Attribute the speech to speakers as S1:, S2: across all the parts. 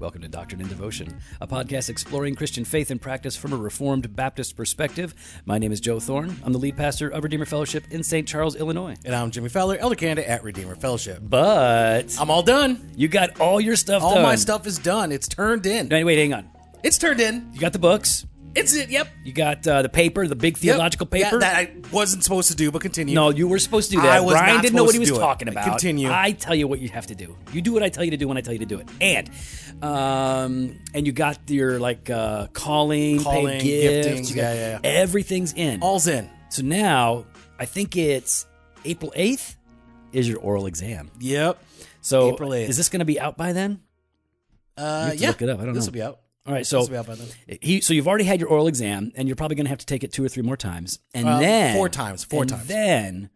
S1: Doctrine and Devotion, a podcast exploring Christian faith and practice from a Reformed Baptist perspective. My name is Joe Thorne. I'm the lead pastor of Redeemer Fellowship in St. Charles, Illinois.
S2: And I'm Jimmy Fowler, Elder Candidate at Redeemer Fellowship.
S1: But
S2: I'm all done.
S1: you got all your stuff
S2: All
S1: done.
S2: my stuff is done. It's turned in.
S1: No, wait, hang on.
S2: It's turned in.
S1: You got the books.
S2: It's it. Yep.
S1: You got uh, the paper, the big
S2: Yep.
S1: theological
S2: Yeah,
S1: paper.
S2: that I wasn't supposed to do, but continue.
S1: no, you were supposed to do that.
S2: I was
S1: Brian
S2: not
S1: didn't know what he
S2: supposed
S1: was
S2: to do it.
S1: talking about.
S2: Continue.
S1: I tell you what you have to do. You do what I tell you to do when I tell you to do it. And, um, and you got your like uh, calling, paid
S2: Calling,
S1: gifts,
S2: gifting,
S1: you got-
S2: yeah, yeah, yeah.
S1: Everything's in.
S2: all's in.
S1: so now I think it's April eighth is your oral exam.
S2: Yep.
S1: So
S2: April 8th.
S1: is this going to be out by then?
S2: Uh,
S1: to
S2: yeah.
S1: look it up. I don't
S2: this
S1: know.
S2: will be out.
S1: All right, so
S2: This will be out by then.
S1: He, so you've already had your oral exam, and you're probably going to have to take it two or three more times, and
S2: Um,
S1: then
S2: four times, four
S1: and
S2: times.
S1: Then,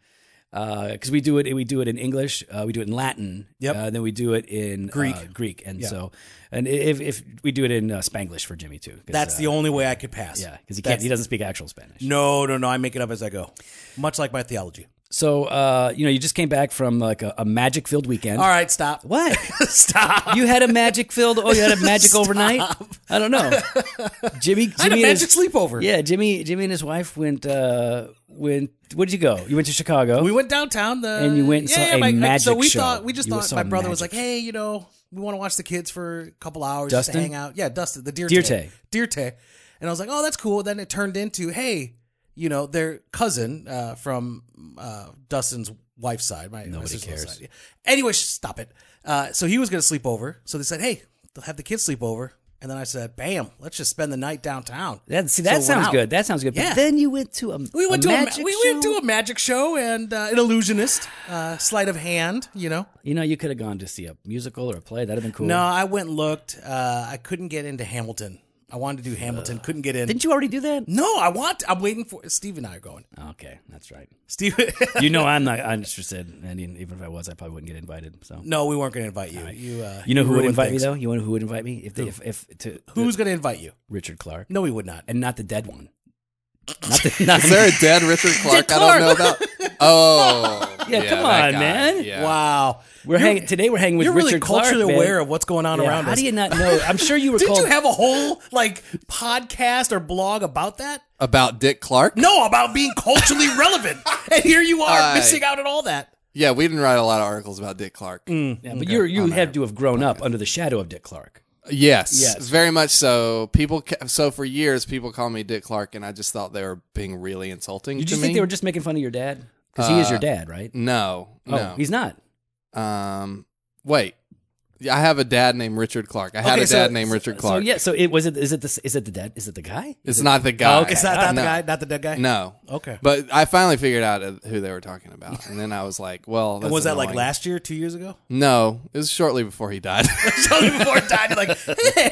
S1: because we do it, we do it in English, uh, we do it in Latin,
S2: Yep.
S1: Uh, then we do it in
S2: Greek.
S1: uh, Greek, and so, and if if we do it in uh, Spanglish for Jimmy too, 'cause,
S2: That's
S1: uh,
S2: the only way I could pass.
S1: yeah, because he can't,
S2: That's-
S1: he doesn't speak actual Spanish.
S2: No, no, no. I make it up as I go. Much like my theology.
S1: So, uh, you know, you just came back from like a, a magic filled weekend.
S2: All right, stop.
S1: What?
S2: stop.
S1: You had a magic filled? Oh, you had a magic overnight? I don't know. Jimmy, Jimmy
S2: I had a
S1: and his-
S2: magic sleepover.
S1: Yeah, Jimmy, Jimmy and his wife went. Uh, went. Where'd you go? You went to Chicago.
S2: We went downtown, the,
S1: And you went and saw a
S2: So
S1: magic
S2: we
S1: show.
S2: thought we just
S1: You
S2: thought
S1: saw
S2: my brother was like,
S1: magic.
S2: "Hey, you know, we want to watch the kids for a couple hours, just
S1: Dustin?
S2: to hang out." Yeah, Dustin, the deer,
S1: Deer Tay.
S2: tay, deer tay, and I was like, "Oh, that's cool." Then it turned into, "Hey, you know, their cousin uh, from uh, Dustin's wife's side, my nobody
S1: cares.
S2: Side. Anyway, sh- stop it. Uh, so he was going to sleep over. So they said, "Hey, they'll have the kids sleep over." And then I said, "Bam, let's just spend the night downtown."
S1: that, see,
S2: So
S1: that
S2: we're
S1: sounds
S2: out.
S1: good. That sounds good.
S2: Yeah.
S1: But then you went to a
S2: We went
S1: a
S2: to a ma-
S1: magic
S2: we went
S1: show?
S2: to a magic show and uh, an illusionist, uh, sleight of hand. You know,
S1: You know, you could have gone to see a musical or a play. That'd have been cool.
S2: no, I went and looked. Uh, I couldn't get into Hamilton. I wanted to do Hamilton, couldn't get in.
S1: didn't you already do that?
S2: no, I want. I'm waiting for Steve and I are going.
S1: Okay, that's right.
S2: Steve,
S1: You know, I'm not I'm interested. And even if I was, I probably wouldn't get invited. So
S2: no, we weren't going to invite you. You, uh,
S1: you know who would
S2: ruined
S1: invite
S2: things.
S1: me though? You want who would invite me? If they, if, if to
S2: Who's going to invite you?
S1: Richard Clark
S2: No, we would not.
S1: and not the dead one. Not the, not
S3: Is there a dead Richard Clark? I don't know about. Oh,
S1: Yeah, come
S3: that
S1: on, man.
S3: Yeah.
S2: Wow,
S1: uh, We're
S2: You're-
S1: hanging today. We're hanging with
S2: You're
S1: Richard
S2: really culturally
S1: Clark, man.
S2: aware of what's going on
S1: Yeah,
S2: around
S1: how
S2: us.
S1: do you not know? I'm sure you were
S2: Did
S1: called.
S2: you have a whole like podcast or blog about that?
S3: About Dick Clark?
S2: No, about being culturally relevant, and here you are
S3: I-
S2: missing out on all that.
S3: Yeah, we didn't write a lot of articles about Dick Clark.
S1: yeah, but you're,
S2: Oh,
S1: you had to have grown up under the shadow of Dick Clark.
S3: Yes,
S1: Yes.
S3: very much so. People, ca- so for years, people called me Dick Clark, and I just thought they were being really insulting.
S1: Did
S3: to
S1: you think
S3: me.
S1: they were just making fun of your dad? Because he is
S2: Uh,
S1: your dad, right?
S3: No,
S1: Oh,
S3: no.
S1: he's not.
S3: um, wait. Yeah, I have a dad named Richard Clark. I had
S2: Okay,
S3: a dad
S2: so-
S3: named Richard Clark.
S1: So yeah, so it was it is it the is it the dad? Is it the guy?
S3: It's not the guy.
S1: okay.
S2: It's not, not
S3: no.
S2: the guy, not the dead guy.
S3: No.
S1: Oh.
S2: Okay.
S3: But I finally figured out uh, who they were talking about, and then I was like, "Well, that's
S2: was that like
S3: annoying.
S2: last year, two years ago?
S3: No, it was shortly before he died.
S2: Totally before it died, you're like,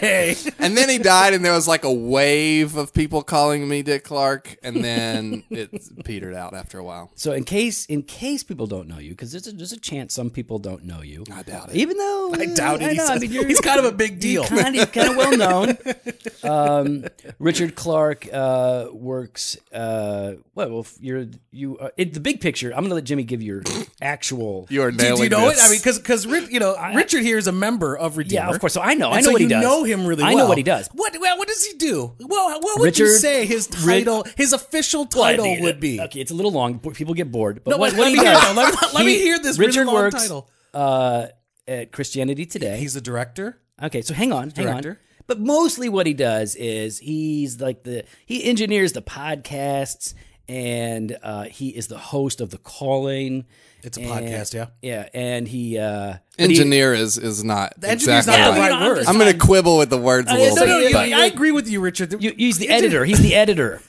S2: hey.
S3: and then he died, and there was like a wave of people calling me Dick Clark, and then it petered out after a while.
S1: So in case in case people don't know you, because there's a, there's a chance some people don't know you. I
S3: doubt it.
S1: Even though
S2: I doubt it.
S1: I
S2: He
S1: know, I
S2: says-
S1: mean, you're-
S2: he's kind of a big deal.
S1: You're kind of, kind of well known. Um, Richard Clark uh, works. Uh, well, well, if you're you. Uh, it, the big picture. I'm going to let Jimmy give your actual.
S3: You are
S2: Do,
S3: nailing
S2: do you know
S3: this.
S2: it? I mean, because because you know Richard here is a member of Redeemer.
S1: yeah, of course. So I know. I
S2: And
S1: know
S2: so
S1: what he
S2: you
S1: does.
S2: know him really.
S1: I
S2: well.
S1: know what he does.
S2: What well, what does he do? Well, what would you
S1: Richard-
S2: say his
S1: Ri-
S2: title, his official title
S1: Well, I think-
S2: would be?
S1: Okay, it's a little long. but People get bored. But
S2: No,
S1: what,
S2: let
S1: what he
S2: me hear
S1: does?
S2: it, though. Let- let me
S1: he-
S2: hear this really
S1: Richard
S2: long
S1: works,
S2: title.
S1: Uh, at Christianity Today.
S2: He's the director.
S1: Okay, so hang on, hang on.
S2: Director.
S1: But mostly what he does is he's like the he engineers the podcasts and uh, he is the host of the calling.
S2: It's a
S1: and-
S2: podcast, yeah.
S1: Yeah, and he uh but he-
S3: engineer is is not
S2: engineer's
S3: exactly
S2: not the right
S3: right.
S1: Yeah, I'm
S2: word.
S1: just-
S3: I'm going to quibble with the words a
S1: Uh,
S3: little
S1: no,
S2: no,
S3: bit.
S2: no,
S1: saying,
S2: you-
S1: but-
S2: I agree with you, Richard.
S1: you- he's the editor. He's the editor.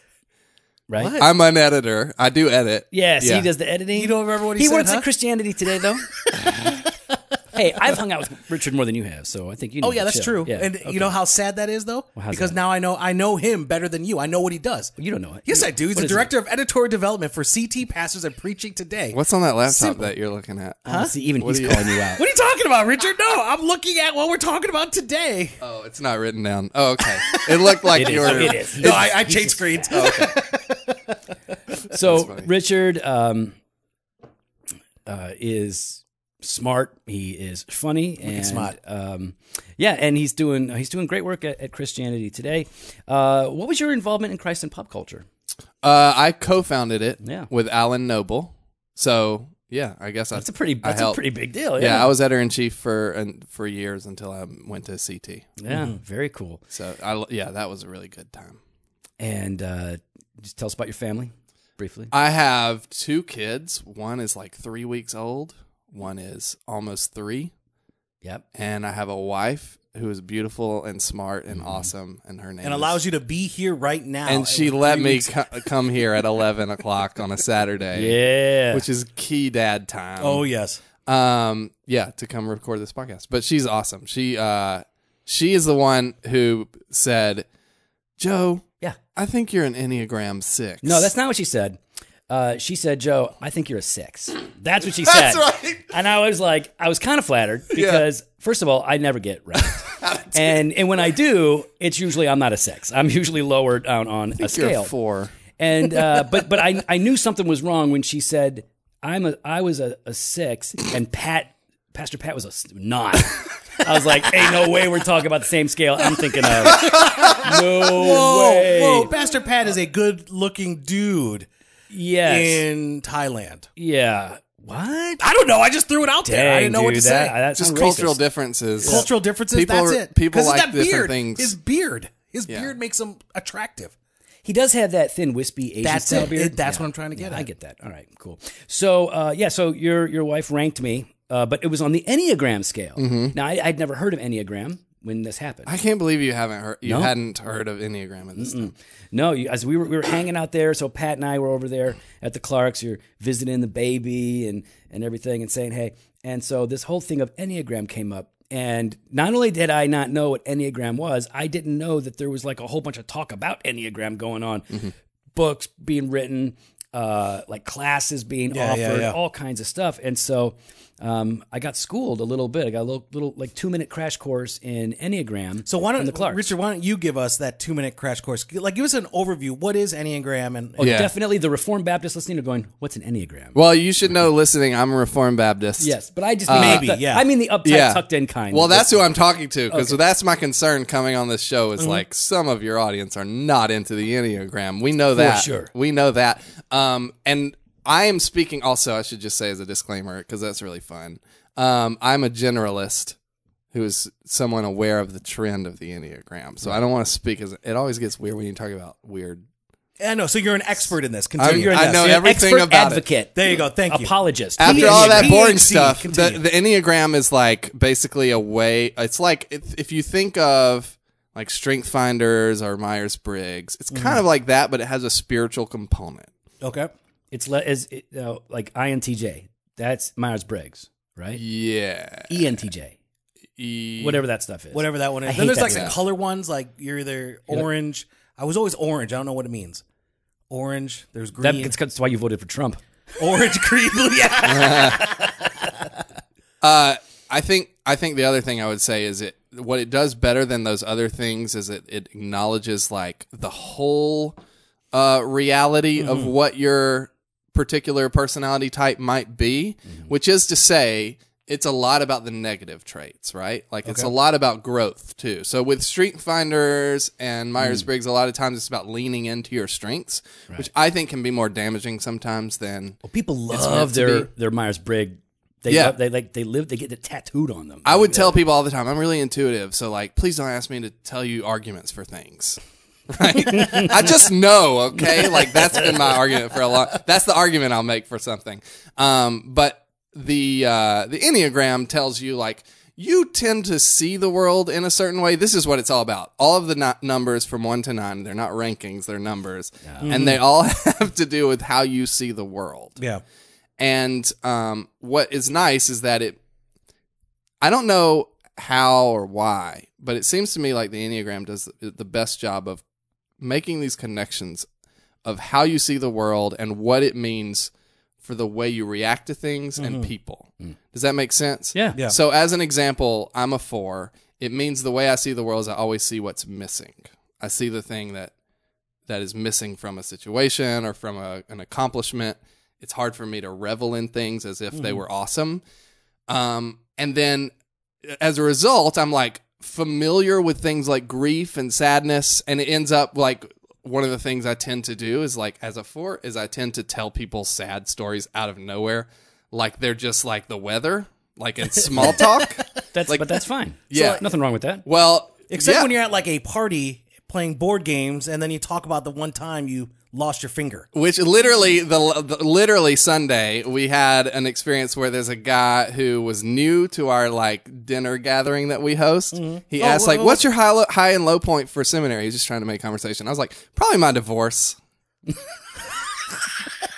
S1: Right?
S3: but I'm an editor. I do edit.
S1: Yes,
S3: Yeah.
S1: he does the editing.
S2: You don't remember what he said,
S1: works
S2: huh?
S1: at Christianity Today though. hey, I've hung out with Richard more than you have, so I think you know.
S2: Oh yeah,
S1: the
S2: that's
S1: chill.
S2: true.
S1: Yeah,
S2: And
S1: okay.
S2: you know how sad that is though?
S1: how's
S2: because
S1: that?
S2: now I know I know him better than you. I know what he does.
S1: you don't know it.
S2: Yes,
S1: You-
S2: I do. He's
S1: what
S2: the
S1: is it?
S2: director of editorial development for CT Pastors and Preaching Today.
S3: What's on that laptop that you're looking at?
S1: Oh, see, even
S3: What
S1: he's
S3: do you-
S1: calling you out.
S2: What are you talking about, Richard? No, I'm looking at what we're talking about today.
S3: Oh, it's not written down. Oh, okay. It looked like you were.
S1: It is.
S2: No, I, I changed screens.
S1: So Richard um, uh, is smart. He is funny and
S2: smart.
S1: Um, yeah, and he's doing he's doing great work at, at Christianity Today. Uh, what was your involvement in Christ and pop culture?
S3: Uh, I co-founded it
S1: Yeah.
S3: with Alan Noble. So yeah, I guess
S1: That's a pretty that's a
S3: helped.
S1: pretty big deal.
S3: yeah.
S1: Yeah,
S3: I was editor in chief for and for years until I went to CT.
S1: yeah, very cool.
S3: So I yeah, that was a really good time.
S1: And uh, just tell us about your family briefly.
S3: I have two kids. One is like three weeks old. One is almost three.
S1: Yep.
S3: And I have a wife who is beautiful and smart and awesome. And her name
S2: and
S3: is-
S2: allows you to be here right now.
S3: and
S2: It
S3: she
S2: was
S3: let
S2: three
S3: me
S2: weeks-
S3: co- come here at eleven o'clock on a Saturday.
S1: Yeah.
S3: Which is key dad time.
S2: Oh yes,
S3: um yeah to come record this podcast but she's awesome she uh she is the one who said joe
S1: Yeah.
S3: i think you're an enneagram six
S1: No, that's not what she said. Uh, she said, "Joe, I think you're a six. That's what she
S3: That's
S1: said.
S3: right.
S1: And I was like, I was kind of flattered because, first of all, I never get right, and and when I do, it's usually I'm not a six. I'm usually lower down on a
S3: you're a
S1: scale.
S3: four
S1: And uh, but but I I knew something was wrong when she said I'm a I was a, a six and Pat Pastor Pat was a s- nine. I was like, "Ain't no way we're talking about the same scale." I'm thinking of no way.
S2: whoa, whoa! Pastor Pat is a good-looking dude
S1: Yes,
S2: in Thailand.
S1: yeah. What?
S2: I don't know. I just threw it out there. I didn't know what to
S1: dude,
S2: say.
S1: that- that
S3: just
S1: sounds
S3: cultural
S1: racist.
S3: differences
S2: Cultural differences.
S3: People-
S2: that's it.
S3: people
S2: 'Cause of
S3: like
S2: that
S3: different
S2: beard.
S3: things.
S2: His beard. His
S3: Yeah.
S2: beard makes him attractive.
S1: He does have that thin, wispy Asian
S2: That's
S1: style
S2: it.
S1: beard.
S2: It- uh, that's
S1: Yeah.
S2: what I'm trying to get
S1: Yeah, I
S2: at.
S1: get that. All right, cool. So, uh, yeah, so your your wife ranked me, uh, but it was on the Enneagram scale. Now, I, I'd never heard of Enneagram when this happened.
S3: i can't believe you haven't heard you hadn't heard of enneagram at this time
S1: no, you, as we were we were hanging out there, so Pat and I were over there at the Clarks. You're visiting the baby and and everything, and saying hey. And so this whole thing of Enneagram came up. And not only did I not know what Enneagram was, I didn't know that there was like a whole bunch of talk about Enneagram going on.
S2: Mm-hmm.
S1: books being written, uh, like classes being offered,
S2: yeah, yeah.
S1: all kinds of stuff. And so um, I got schooled a little bit. I got a little, little like two minute crash course in Enneagram.
S2: So why
S1: from
S2: don't
S1: the Clarks.
S2: Richard? Why don't you give us that two-minute crash course? Like, give us an overview. What is enneagram? And
S1: Oh,
S3: Yeah.
S1: definitely the Reformed Baptist listening are going, what's an Enneagram?
S3: well you should know listening i'm a reformed baptist
S1: yes, but I just mean
S2: Maybe,
S1: the-
S2: yeah.
S1: I mean the uptight,
S3: uh, Yeah.
S1: tucked in kind.
S3: well that's who i'm talking to because that's my concern coming on this show
S1: Mm-hmm.
S3: is like some of your audience are not into the enneagram we know that
S1: sure.
S3: we know that um, and i am speaking also i should just say as a disclaimer because that's really fun um, i'm a generalist who is someone aware of the trend of the enneagram
S1: Mm-hmm.
S3: so i don't want to speak as it always gets weird when you talk about weird
S2: I know. So you're an expert in this. Continue.
S3: you're an I know
S1: You're an
S3: everything
S1: expert
S3: about it.
S1: advocate,
S2: There you go. Thank you.
S1: apologist.
S3: after
S1: He-
S3: all that
S2: Enneagram.
S3: boring
S2: PNC,
S3: stuff, the,
S2: continue.
S3: the Enneagram is like basically a way. It's like if, if you think of like Strength Finders or Myers Briggs, it's kind of like that, but it has a spiritual component.
S2: okay.
S1: it's le- is it, uh, like INTJ. That's Myers Briggs, right?
S3: Yeah.
S1: ENTJ,
S3: E-
S1: whatever that stuff is.
S2: Whatever that one is.
S1: I
S2: then
S1: hate
S2: there's
S1: that
S2: like
S1: stuff.
S2: the color ones. Like you're either orange. I was always orange. I don't know what it means. Orange. There's
S1: That,
S3: E
S2: green.
S1: that's, that's why you voted for Trump.
S2: orange, green, blue. Yeah.
S3: Uh, I think I think the other thing I would say is it what it does better than those other things is it, it acknowledges like the whole uh, reality of what your particular personality type might be, which is to say it's a lot about the negative traits, right? Like it's a lot about growth too. So with Strength Finders and Myers Briggs, a lot of times it's about leaning into your strengths, which I think can be more damaging sometimes than
S1: Well, people
S3: meant
S1: love
S3: to
S1: their
S3: be.
S1: their Myers Briggs. They
S3: Yeah.
S1: love, they like they live they get it tattooed on them.
S3: I would tell people all the time, I'm really intuitive, so like, please don't ask me to tell you arguments for things. Right? I just know, okay? Like that's been my argument for a long. That's the argument I'll make for something. Um, but the uh, the enneagram tells you like you tend to see the world in a certain way. This is what it's all about. All of the nu- numbers from one to nine, they're not rankings, they're numbers, and they all have to do with how you see the world.
S2: yeah.
S3: And um, what is nice is that it, I don't know how or why, but it seems to me like the Enneagram does the the best job of making these connections of how you see the world and what it means for the way you react to things and people. Does that make sense?
S1: Yeah.
S2: Yeah.
S3: So, as an example, I'm a four. It means the way I see the world is I always see what's missing. I see the thing that that is missing from a situation or from a, an accomplishment. It's hard for me to revel in things as if they were awesome. Um, and then as a result, I'm like familiar with things like grief and sadness, and it ends up like one of the things I tend to do is like as a four is I tend to tell people sad stories out of nowhere, like they're just like the weather, like in small talk.
S1: That's but that's fine.
S3: Yeah.
S1: So, nothing wrong with that.
S3: Well,
S2: Except
S3: yeah.
S2: when you're at like a party playing board games and then you talk about the one time you lost your finger.
S3: which literally the, the literally Sunday we had an experience where there's a guy who was new to our like dinner gathering that we host.
S1: Mm-hmm.
S3: He
S2: Oh,
S3: asked
S2: wha-
S3: like,
S2: wha-
S3: "What's your high lo- high and low point for seminary?" He was just trying to make conversation. I was like, "Probably my divorce."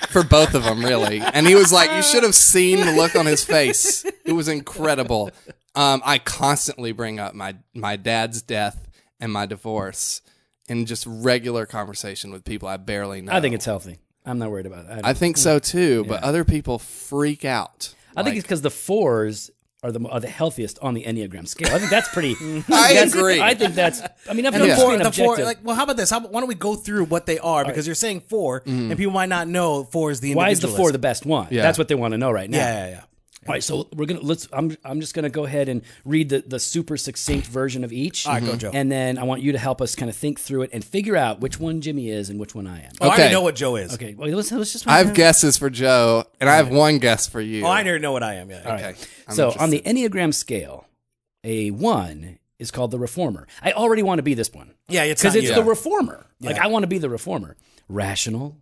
S3: for both of them really. And he was like, "You should have seen the look on his face. It was incredible." Um, I constantly bring up my my dad's death and my divorce in just regular conversation with people I barely know.
S1: I think it's healthy. I'm not worried about it. I,
S3: I think so too, but other people freak out.
S1: I think it's because the fours are the are the healthiest on the enneagram scale. I think that's pretty.
S3: I
S1: that's-
S3: agree.
S1: I think that's. I mean, I've
S2: And the
S1: never
S2: four,
S1: seen
S2: the four,
S1: objective.
S2: like, well, how about this? How, about- why don't we go through what they are? Because you're saying four,
S3: Mm-hmm.
S2: and people might not know four is the
S1: Why is the four
S2: individualist.
S1: the best one? That's what they want to know right now.
S2: Yeah, yeah, yeah.
S1: All right, so we're gonna let's. I'm I'm just gonna go ahead and read the the super succinct version of each. All
S2: right, go, Joe.
S1: And then I want you to help us kind of think through it and figure out which one Jimmy is and which one I am.
S2: Oh, I
S3: Okay.
S2: already know what Joe is.
S1: Okay, well let's let's just.
S3: I have guesses for Joe, and I have one guess for you.
S2: Oh, I already know what I am. Yeah.
S3: Okay. I'm
S1: so
S3: interested.
S1: on the enneagram scale, a one is called the reformer. I already want to be this one.
S2: Yeah, it's
S1: because
S2: not
S1: it's
S2: you.
S1: the reformer. Like I want to be the reformer. Rational,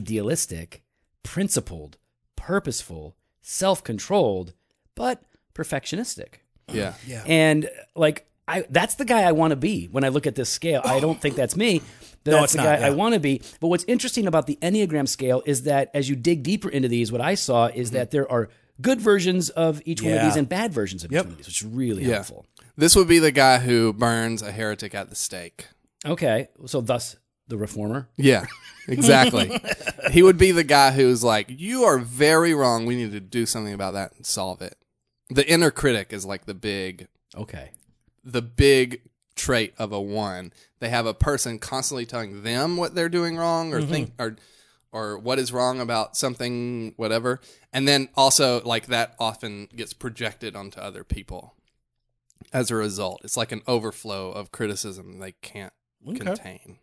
S1: idealistic, principled, purposeful, self-controlled, but perfectionistic.
S3: yeah.
S1: And like I that's the guy I want to be when I look at this scale. I don't think that's me. but That's
S2: it's
S1: the
S2: not,
S1: guy I
S2: yeah.
S1: want to be. But what's interesting about the Enneagram scale is that as you dig deeper into these, what I saw is that there are good versions of each one of
S2: Mm-hmm. Yeah.
S1: these and bad versions of each one of these, which is really helpful.
S3: This would be the guy who burns a heretic at the stake.
S1: Okay. So thus the reformer.
S3: Yeah, exactly. he would be the guy who's like, "You are very wrong. We need to do something about that and solve it." The inner critic is like the big,
S1: Okay.
S3: the big trait of a one. They have a person constantly telling them what they're doing wrong
S2: Mm-hmm.
S3: or think or or what is wrong about something, whatever. And then also like that often gets projected onto other people. As a result, it's like an overflow of criticism they can't contain.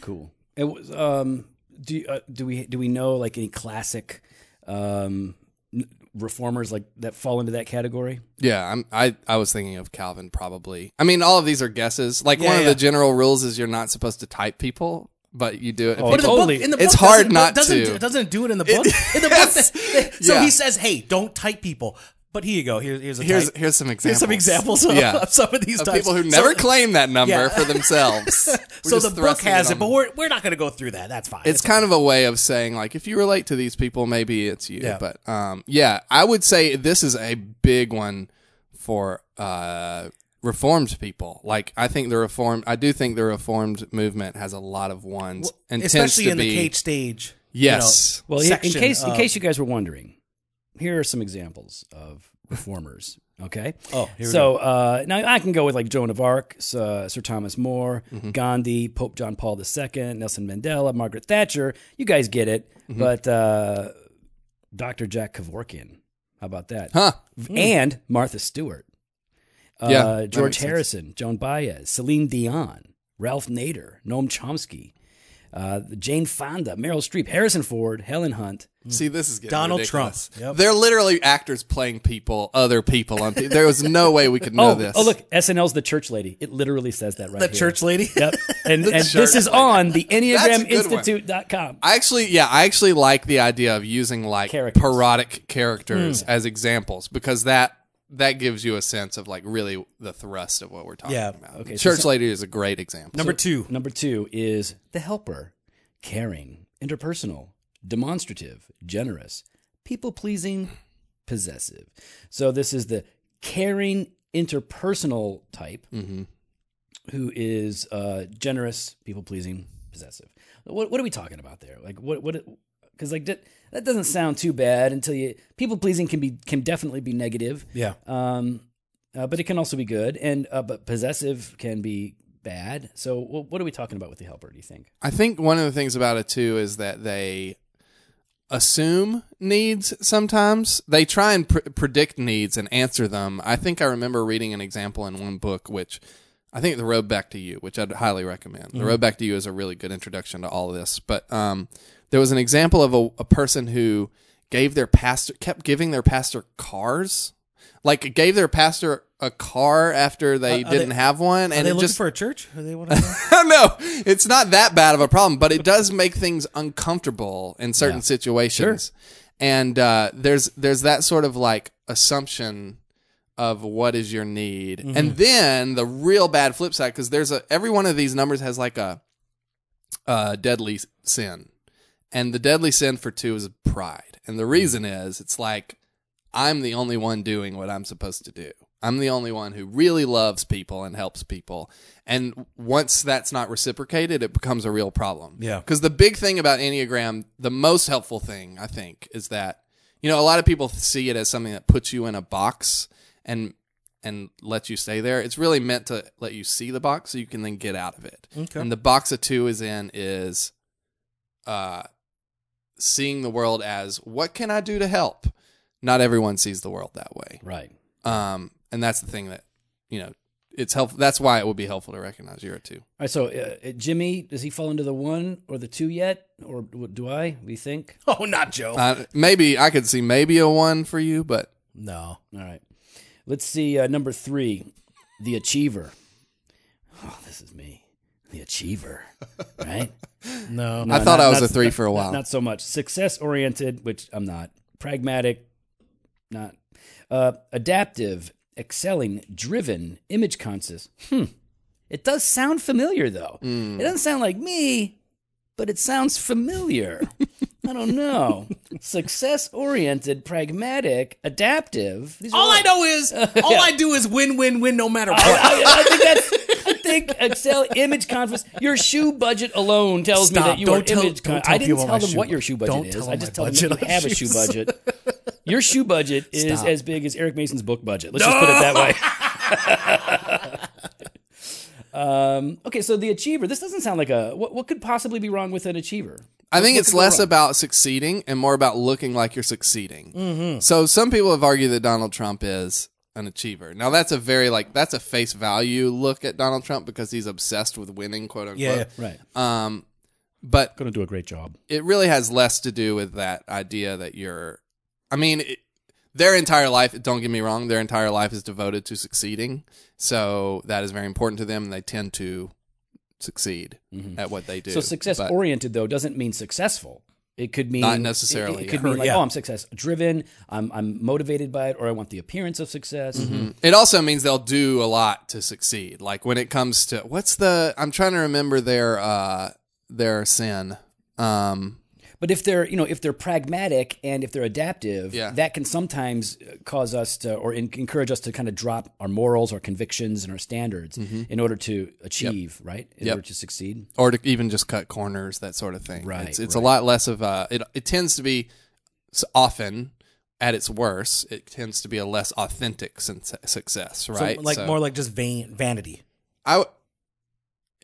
S1: Cool. It was. Um, do you, uh, do we do we know like any classic um, n- reformers like that fall into that category?
S3: Yeah, I'm, I I was thinking of Calvin probably. I mean, all of these are guesses. Like one of
S2: yeah.
S3: the general rules is you're not supposed to type people, but you do it. if
S1: Oh,
S3: you-
S2: But in the
S1: Totally.
S2: book, in the
S3: It's
S2: book
S3: hard
S2: doesn't-
S3: not
S2: doesn't,
S3: to.
S2: It doesn't do it in the book. in the book, that- so
S3: Yeah.
S2: he says, "Hey, don't type people." But here you go. Here's here's a
S3: here's
S2: type.
S3: here's some examples.
S2: here's some examples of,
S3: Yeah.
S2: of some of these
S3: of
S2: types.
S3: people who
S2: So-
S3: never claim that number
S2: Yeah.
S3: for themselves. We're
S2: So,
S3: just
S2: the book
S3: thrusting
S2: has it,
S3: on
S2: but
S3: them.
S2: we're we're not going to go through that. That's fine.
S3: it's kind of a way of saying like if you relate to these people, maybe it's you.
S2: Yeah.
S3: But um, yeah, I would say this is a big one for uh reformed people. Like I think the reformed, I do think the reformed movement has a lot of ones and tends
S2: especially
S3: to
S2: in
S3: be
S2: the cage stage. you know.
S3: yes.
S1: Well, in- in
S2: Section
S1: case in
S2: of-
S1: case you guys were wondering, here are some examples of reformers. Okay.
S2: Oh, here we
S1: so Uh, now I can go with like Joan of Arc, S- uh, Sir Thomas More, Gandhi, Pope John Paul II, Nelson Mandela, Margaret Thatcher. You guys get it. But uh, Dr. Jack Kevorkian, how about that?
S3: Huh.
S1: and Martha Stewart. Uh,
S3: Mm. Yeah, that
S1: George
S3: makes sense.
S1: Harrison, Joan Baez, Celine Dion, Ralph Nader, Noam Chomsky, uh, Jane Fonda, Meryl Streep, Harrison Ford, Helen Hunt.
S3: See, this is getting
S2: Mm. Donald
S3: ridiculous.
S2: Trump. Yep.
S3: They're literally actors playing people, other people on. T- there was no way we could know
S1: oh,
S3: this.
S1: oh, look, SNL's The Church Lady. It literally says that right
S2: The
S1: here.
S2: church lady.
S1: Yep. And, and
S3: Church
S1: this is
S3: Lady.
S1: on the
S3: That's a good one.
S1: EnneagramInstitute.com.
S3: I actually, yeah, I actually like the idea of using like
S1: Characters. Hmm.
S3: parodic characters as examples because that that gives you a sense of like really the thrust of what we're talking
S2: Yeah.
S3: about.
S1: Okay, so
S3: Church Lady is a great example.
S2: Number two.
S1: Number two is The Helper. Caring, interpersonal, demonstrative, generous, people pleasing, possessive. So this is the caring interpersonal type who is uh, generous, people pleasing, possessive. What, what are we talking about there? Like what what because like that, that doesn't sound too bad until you people pleasing can be can definitely be negative.
S2: Yeah.
S1: Um, uh, but it can also be good, and uh, but possessive can be bad. So, wh- what are we talking about with the helper? Do you think?
S3: I think one of the things about it too is that they assume needs sometimes. They try and pr- predict needs and answer them. I think I remember reading an example in one book, which I think The Road Back to You, which I'd highly recommend.
S2: Mm-hmm.
S3: The Road Back to You is a really good introduction to all of this. But um, there was an example of a, a person who gave their pastor, kept giving their pastor cars, like gave their pastor a car after they
S2: are
S3: didn't
S2: they-
S3: have one,
S2: Are
S3: and
S2: they
S3: it
S2: looking
S3: just
S2: for a church? Are they want to
S3: no, it's not that bad of a problem, but it does make things uncomfortable in certain situations. And uh, there's there's that sort of like assumption of what is your need, and then the real bad flip side because there's a every one of these numbers has like a, a deadly sin, and the deadly sin for two is pride, and the reason is it's like I'm the only one doing what I'm supposed to do. I'm the only one who really loves people and helps people. And once that's not reciprocated, it becomes a real problem.
S2: Yeah.
S3: Because the big thing about Enneagram, the most helpful thing, I think, is that, you know, a lot of people see it as something that puts you in a box and and lets you stay there. It's really meant to let you see the box so you can then get out of it.
S2: Okay.
S3: And the box a two is in is uh seeing the world as what can I do to help? Not everyone sees the world that way.
S1: Right.
S3: Um, and that's the thing that, you know, it's helpful. That's why it would be helpful to recognize you're a two.
S1: All right. So uh, uh, Jimmy, does he fall into the one or the two yet, or do do I? What do you think?
S2: Oh, not Joe.
S3: Uh, maybe I could see maybe a one for you, but
S2: no.
S1: All right. Let's see uh, number three, the achiever. Oh, this is me, the achiever. Right.
S2: No.
S1: No,
S3: I thought
S1: not-
S3: I was
S1: not-
S3: a three for a while.
S1: Not so much success oriented, which I'm not. Pragmatic, not. Uh, adaptive, excelling, driven, image conscious. Hmm. It does sound familiar though. It doesn't sound like me, but it sounds familiar. I don't know. Success oriented, pragmatic, adaptive. These are
S2: All I know is, all I do is win, win, win, no matter what.
S1: I, I think that's. I think Excel image conference. Your shoe budget alone tells me
S2: Stop.
S1: that you
S2: Don't
S1: are
S2: tell-
S1: image.
S2: don't
S1: Con-
S2: tell
S1: I didn't
S2: people
S1: tell
S2: my
S1: them
S2: shoe
S1: what your
S2: budget.
S1: shoe budget
S2: Don't
S1: is.
S2: tell
S1: I
S2: them
S1: just
S2: my
S1: tell them
S2: budget
S1: that you
S2: on
S1: have a shoe
S2: shoes.
S1: budget. Your shoe budget is
S2: Stop.
S1: as big as Eric Mason's book budget. Let's just put it that way. um, okay, so the achiever. This doesn't sound like a. What, what could possibly be wrong with an achiever?
S3: I think
S1: what
S3: it's
S1: could go
S3: less
S1: wrong?
S3: about succeeding and more about looking like you're succeeding. So some people have argued that Donald Trump is an achiever. Now that's a very like that's a face value look at Donald Trump because he's obsessed with winning, quote unquote.
S2: Yeah,
S1: Right.
S3: Um, but
S1: Going to do a great job.
S3: it really has less to do with that idea that you're i mean it, their entire life don't get me wrong their entire life is devoted to succeeding so that is very important to them and they tend to succeed at what they do
S1: So success
S3: But
S1: oriented though doesn't mean successful. It could mean
S3: Not necessarily,
S1: It, it could
S3: yeah.
S1: mean like,
S2: Yeah.
S1: oh, I'm success driven. I'm I'm motivated by it, or I want the appearance of success.
S3: it also means they'll do a lot to succeed like when it comes to what's the i'm trying to remember their uh their sin um
S1: But if they're you know if they're pragmatic and if they're adaptive,
S3: Yeah.
S1: that can sometimes uh, cause us to or en- encourage us to kind of drop our morals, our convictions, and our standards in order to achieve, right? In
S3: Mm-hmm. Yep.
S1: order to succeed.
S3: or to even just cut corners, that sort of thing.
S1: Right,
S3: It's, it's
S1: right.
S3: a lot less of a. It it tends to be s- often at its worst. It tends to be a less authentic sen- success,
S2: So,
S3: right?
S2: like
S3: So
S2: more like just vain vanity.
S3: I. w-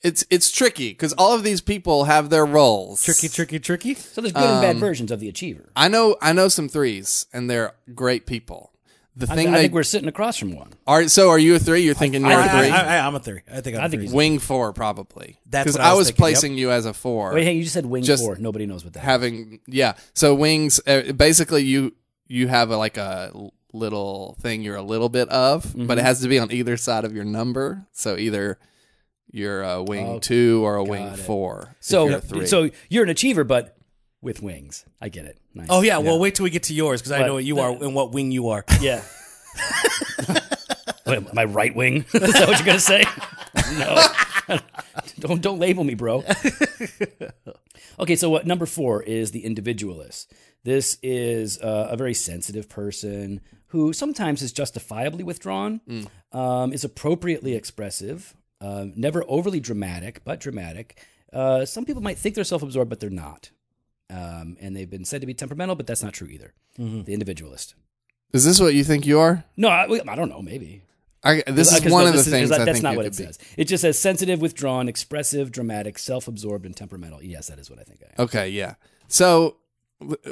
S3: It's it's tricky because all of these people have their roles.
S2: Tricky, tricky, tricky.
S1: So there's good and
S3: Um,
S1: bad versions of the achiever.
S3: I know I know some threes, and they're great people. The
S1: I,
S3: thing
S1: I
S3: they
S1: think we're sitting across from one.
S3: are so are you a three? You're thinking
S2: I,
S3: you're a three.
S2: am a three. I think I'm
S1: I
S2: a
S1: think
S2: three.
S1: he's-
S3: Wing four probably.
S2: That's
S3: because
S2: what I
S3: I
S2: was
S3: was
S2: thinking, yep.
S3: placing you as a four.
S1: Wait, hey, you just said wing
S3: Just-
S1: four. Nobody knows what that. is.
S3: having yeah so wings uh, basically you you have a, like a l- little thing you're a little bit of but it has to be on either side of your number so either you're a wing
S1: Oh,
S3: two or a wing
S1: it.
S3: four if
S1: So
S3: you're a three.
S1: so you're an achiever, but with wings. I get it. Nice.
S2: Oh yeah. Well, wait till we get to yours because I
S1: But
S2: know what you are and what wing you are.
S1: Yeah. Wait, my right wing? Is that what you're gonna say? no. don't don't label me, bro. okay, so what number four is the individualist. This is uh, a very sensitive person who sometimes is justifiably withdrawn, um, is appropriately expressive, um, never overly dramatic, but dramatic. Uh, some people might think they're self-absorbed, but they're not. Um, and they've been said to be temperamental, but that's not true either. The individualist.
S3: is this what you think you are
S1: No, I, well, I don't know. Maybe
S3: I, this is
S1: uh, 'Cause
S3: one
S1: no,
S3: of the
S1: this
S3: things
S1: that-
S3: I
S1: that's
S3: think
S1: not
S3: you
S1: what
S3: could
S1: it
S3: be.
S1: says. It just says sensitive, withdrawn, expressive, dramatic, self-absorbed, and temperamental. Yes, that is what I think I am.
S3: okay yeah so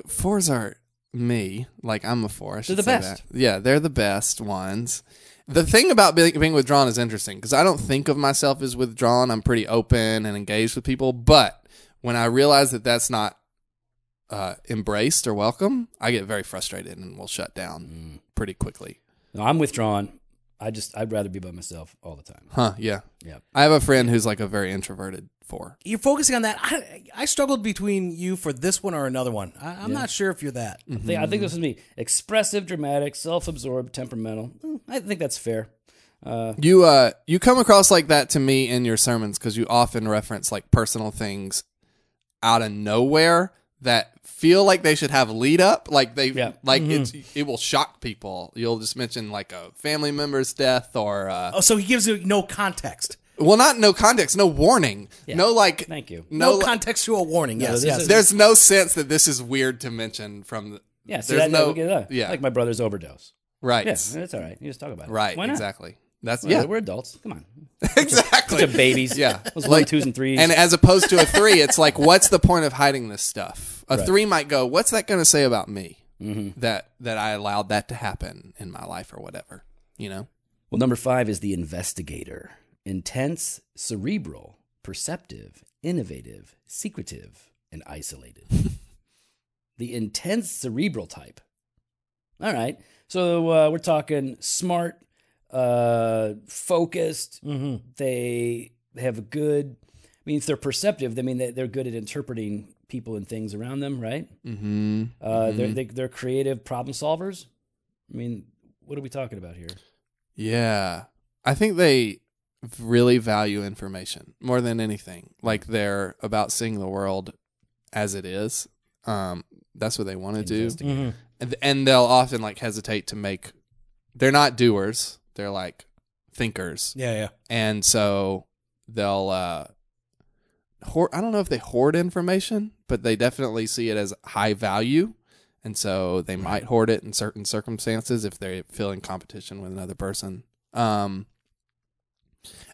S3: fours are me. Like I'm a four. I should
S4: the
S3: say
S4: best.
S3: that. Yeah, they're the best ones. The thing about being, being withdrawn is interesting because I don't think of myself as withdrawn. I'm pretty open and engaged with people, but when I realize that that's not uh, embraced or welcome, I get very frustrated and will shut down
S4: Mm.
S3: pretty quickly.
S1: No, I'm withdrawn. I just I'd rather be by myself all the time.
S3: Huh? Yeah.
S1: Yeah.
S3: I have a friend who's like a very introverted four.
S2: You're focusing on that. I, I struggled between you for this one or another one. I, I'm not sure if you're that.
S3: Mm-hmm.
S1: I think- I think this is me. Expressive, dramatic, self-absorbed, temperamental. Mm, I think that's fair.
S3: You uh you come across like that to me in your sermons because you often reference like personal things out of nowhere that feel like they should have lead up like they
S1: Yeah. Mm-hmm.
S3: like it's it will shock people you'll just mention like a family member's death or uh
S2: Oh, so he gives you no context,
S3: well not no context no warning no like
S1: Thank you.
S2: no,
S3: no, like,
S2: contextual warning. yes,
S1: this
S2: yes.
S1: is-
S3: there's no sense that this is weird to mention from the,
S1: Yeah, so
S3: there's
S1: that, no, we get it on.
S3: yeah
S1: like my brother's overdose.
S3: right
S1: Yeah, that's all right. You just talk about it.
S3: right
S1: Why not?
S3: exactly that's
S1: Yeah,
S3: yeah
S1: we're adults. Come on,
S3: exactly
S1: to babies.
S3: Yeah.
S1: those one, twos, and threes.
S3: And as opposed to a three, it's like, what's the point of hiding this stuff? A
S1: Right.
S3: three might go, what's that going to say about me that that I allowed that to happen in my life or whatever? You know,
S1: well, number five is the investigator: intense, cerebral, perceptive, innovative, secretive, and isolated. the intense cerebral type. All right, so uh, we're talking smart, uh, focused. They have a good. I mean, if they're perceptive, they mean they- they're good at interpreting people and things around them, right?
S3: mm-hmm.
S1: Uh, they're, they, they're creative problem solvers. I mean, what are we talking about here?
S3: yeah, I think they really value information more than anything. Like they're about seeing the world as it is. Um, that's what they want to do.
S1: Investigate.
S2: Mm-hmm.
S3: and, and they'll often like hesitate to make they're not doers they're like thinkers
S2: yeah, yeah.
S3: and so they'll uh hoard, i don't know if they hoard information but they definitely see it as high value and so they might hoard it in certain circumstances if they feel in competition with another person um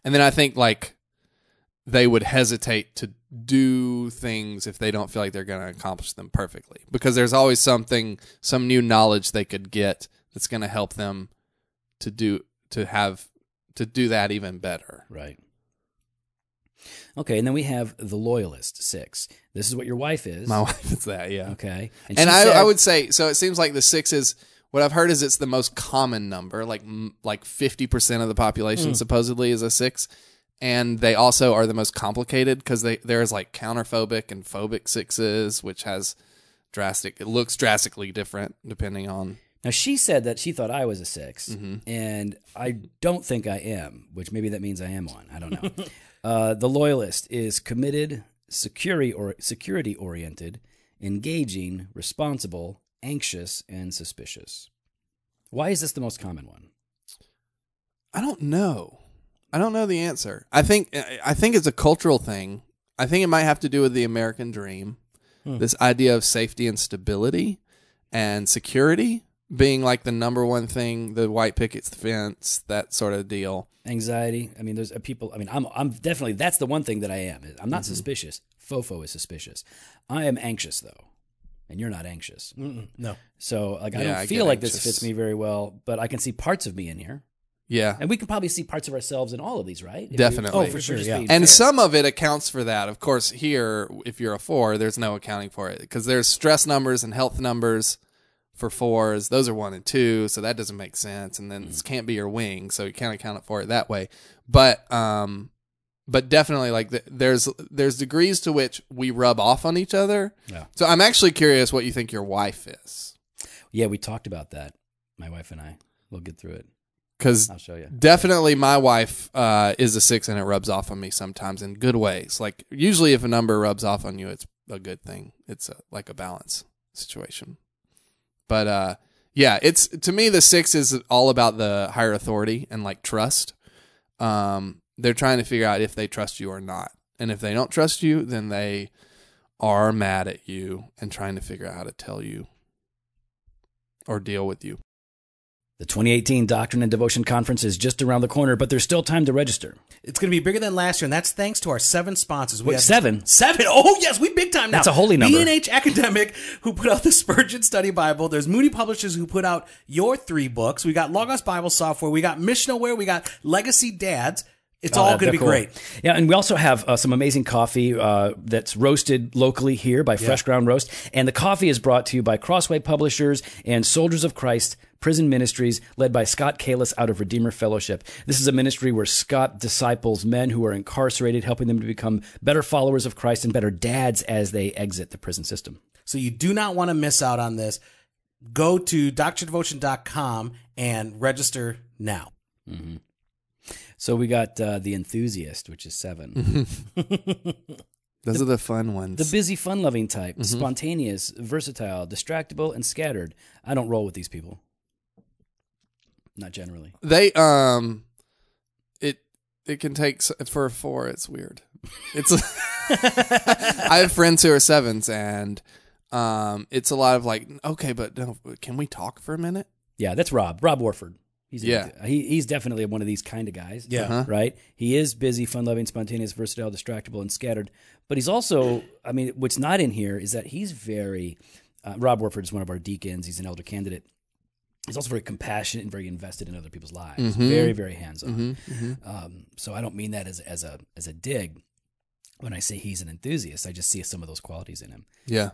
S3: and then i think like they would hesitate to do things if they don't feel like they're going to accomplish them perfectly because there's always something some new knowledge they could get that's going to help them to do to have to do that even better
S1: Right. Okay, and then we have the loyalist six. This is what your wife is.
S3: my wife is that yeah
S1: Okay,
S3: and
S1: she
S3: I,
S1: said-
S3: I would say so it seems like the six is what i've heard is it's the most common number like m- like 50% of
S1: Hmm.
S3: the population supposedly is a six and they also are the most complicated because they there's like counterphobic and phobic sixes which has drastic it looks drastically different depending on
S1: Now she said that she thought I was a 6
S3: Mm-hmm.
S1: and I don't think I am. Which maybe that means I am one. I don't know. uh, the loyalist is committed, security or security oriented, engaging, responsible, anxious, and suspicious. Why is this the most common one?
S3: I don't know. I don't know the answer. I think I think it's a cultural thing. I think it might have to do with the American dream. This idea of safety and stability and security being like the number one thing, the white picket fence, that sort of deal.
S1: Anxiety. I mean, there's uh, people. I mean, I'm I'm definitely that's the one thing that I am. I'm
S3: Mm-hmm.
S1: not suspicious. Fofo is suspicious. I am anxious though, and you're not anxious.
S2: No,
S1: So like I
S3: Yeah,
S1: don't
S3: I
S1: feel
S3: get
S1: like this
S3: anxious.
S1: fits me very well, but I can see parts of me in here.
S3: Yeah.
S1: And we can probably see parts of ourselves in all of these, right? If we-
S3: Definitely. Oh,
S1: if
S3: for
S1: we're
S2: sure,
S1: just
S2: yeah.
S1: being fair.
S3: And some of it accounts for that. Of course, here, if you're a four, there's no accounting for it because there's stress numbers and health numbers for fours. Those are one and two, so that doesn't make sense. And then this can't be your wing, so you can't account for it that way. But, um, but definitely, like th- there's there's degrees to which we rub off on each other.
S1: Yeah.
S3: So I'm actually curious what you think your wife is,
S1: yeah, we talked about that, my wife and I. We'll get through it.
S3: because
S1: I'll show you.
S3: Definitely, my wife uh, is a six, and it rubs off on me sometimes in good ways. Like usually, if a number rubs off on you, it's a good thing. It's a, like a balance situation. But uh, yeah, it's to me the six is all about the higher authority and like trust. Um, they're trying to figure out if they trust you or not, and if they don't trust you, then they are mad at you and trying to figure out how to tell you or deal with you.
S1: The 2018 Doctrine and Devotion Conference is just around the corner, but there's still time to register.
S2: It's going to be bigger than last year, and that's thanks to our seven sponsors. We
S1: Wait,
S2: have
S1: seven?
S2: Seven. Oh yes, we big time now.
S1: That's a holy number.
S2: BNH Academic, who put out the Spurgeon Study Bible. There's Moody Publishers, who put out your three books. We got Logos Bible Software. We got Missionaware. We got Legacy Dads. It's all
S1: Uh,
S2: going to
S1: they're
S2: Oh, be
S1: cool.
S2: great.
S1: Yeah, and we also have uh, some amazing coffee uh, that's roasted locally here by Fresh Ground Roast, and the coffee is brought to you by Crossway Publishers and Soldiers of Christ Prison Ministries, led by Scott Kalis out of Redeemer Fellowship. This is a ministry where Scott disciples men who are incarcerated, helping them to become better followers of Christ and better dads as they exit the prison system.
S2: So you do not want to miss out on this. Go to drdevotion.com and register now.
S1: So we got uh, the enthusiast, which is
S2: Mm-hmm.
S1: seven,
S3: Those are the fun ones.
S1: the busy, fun-loving type, spontaneous, versatile, distractible, and scattered. I don't roll with these people. Not generally.
S3: they um, it it can take s- for a four. It's weird. It's. I have friends who are sevens, and um, it's a lot of like, okay, but no, can we talk for a minute?
S1: Yeah, that's Rob. Rob Warford. He's a-
S3: Yeah.
S1: he, he's definitely one of these kind of guys.
S2: Yeah.
S3: Uh-huh.
S1: Right. He is busy, fun-loving, spontaneous, versatile, distractible, and scattered. But he's also, I mean, what's not in here is that he's very. Uh, Rob Warford is one of our deacons. He's an elder candidate. He's also very compassionate and very invested in other people's lives. Very, very hands-on. Um, so I don't mean that as as a as a dig. When I say he's an enthusiast, I just see some of those qualities in him.
S3: Yeah.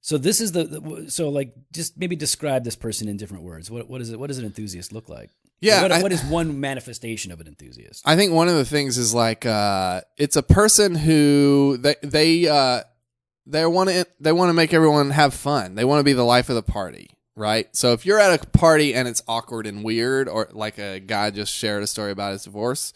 S1: So this is the- the so like just maybe describe this person in different words. What what is it? What does an enthusiast look like?
S3: Yeah,
S1: What,
S3: I-
S1: what is one manifestation of an enthusiast?
S3: I think one of the things is like uh, it's a person who they they uh, they want to they want to make everyone have fun. They want to be the life of the party, right? So if you're at a party and it's awkward and weird, or like a guy just shared a story about his divorce,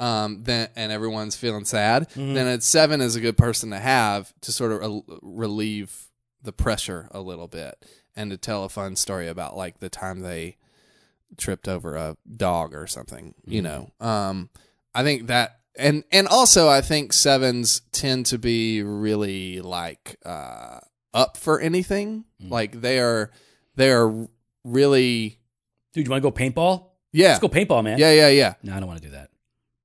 S3: um, then and everyone's feeling sad, then at seven is a good person to have to sort of rel- relieve the pressure a little bit and to tell a fun story about like the time they tripped over a dog or something you know um i think that and and also i think sevens tend to be really like uh up for anything like they are they are really
S1: Dude, you want to go paintball?
S3: yeah
S1: Let's go paintball, man.
S3: yeah yeah yeah
S1: No, I don't want to do that.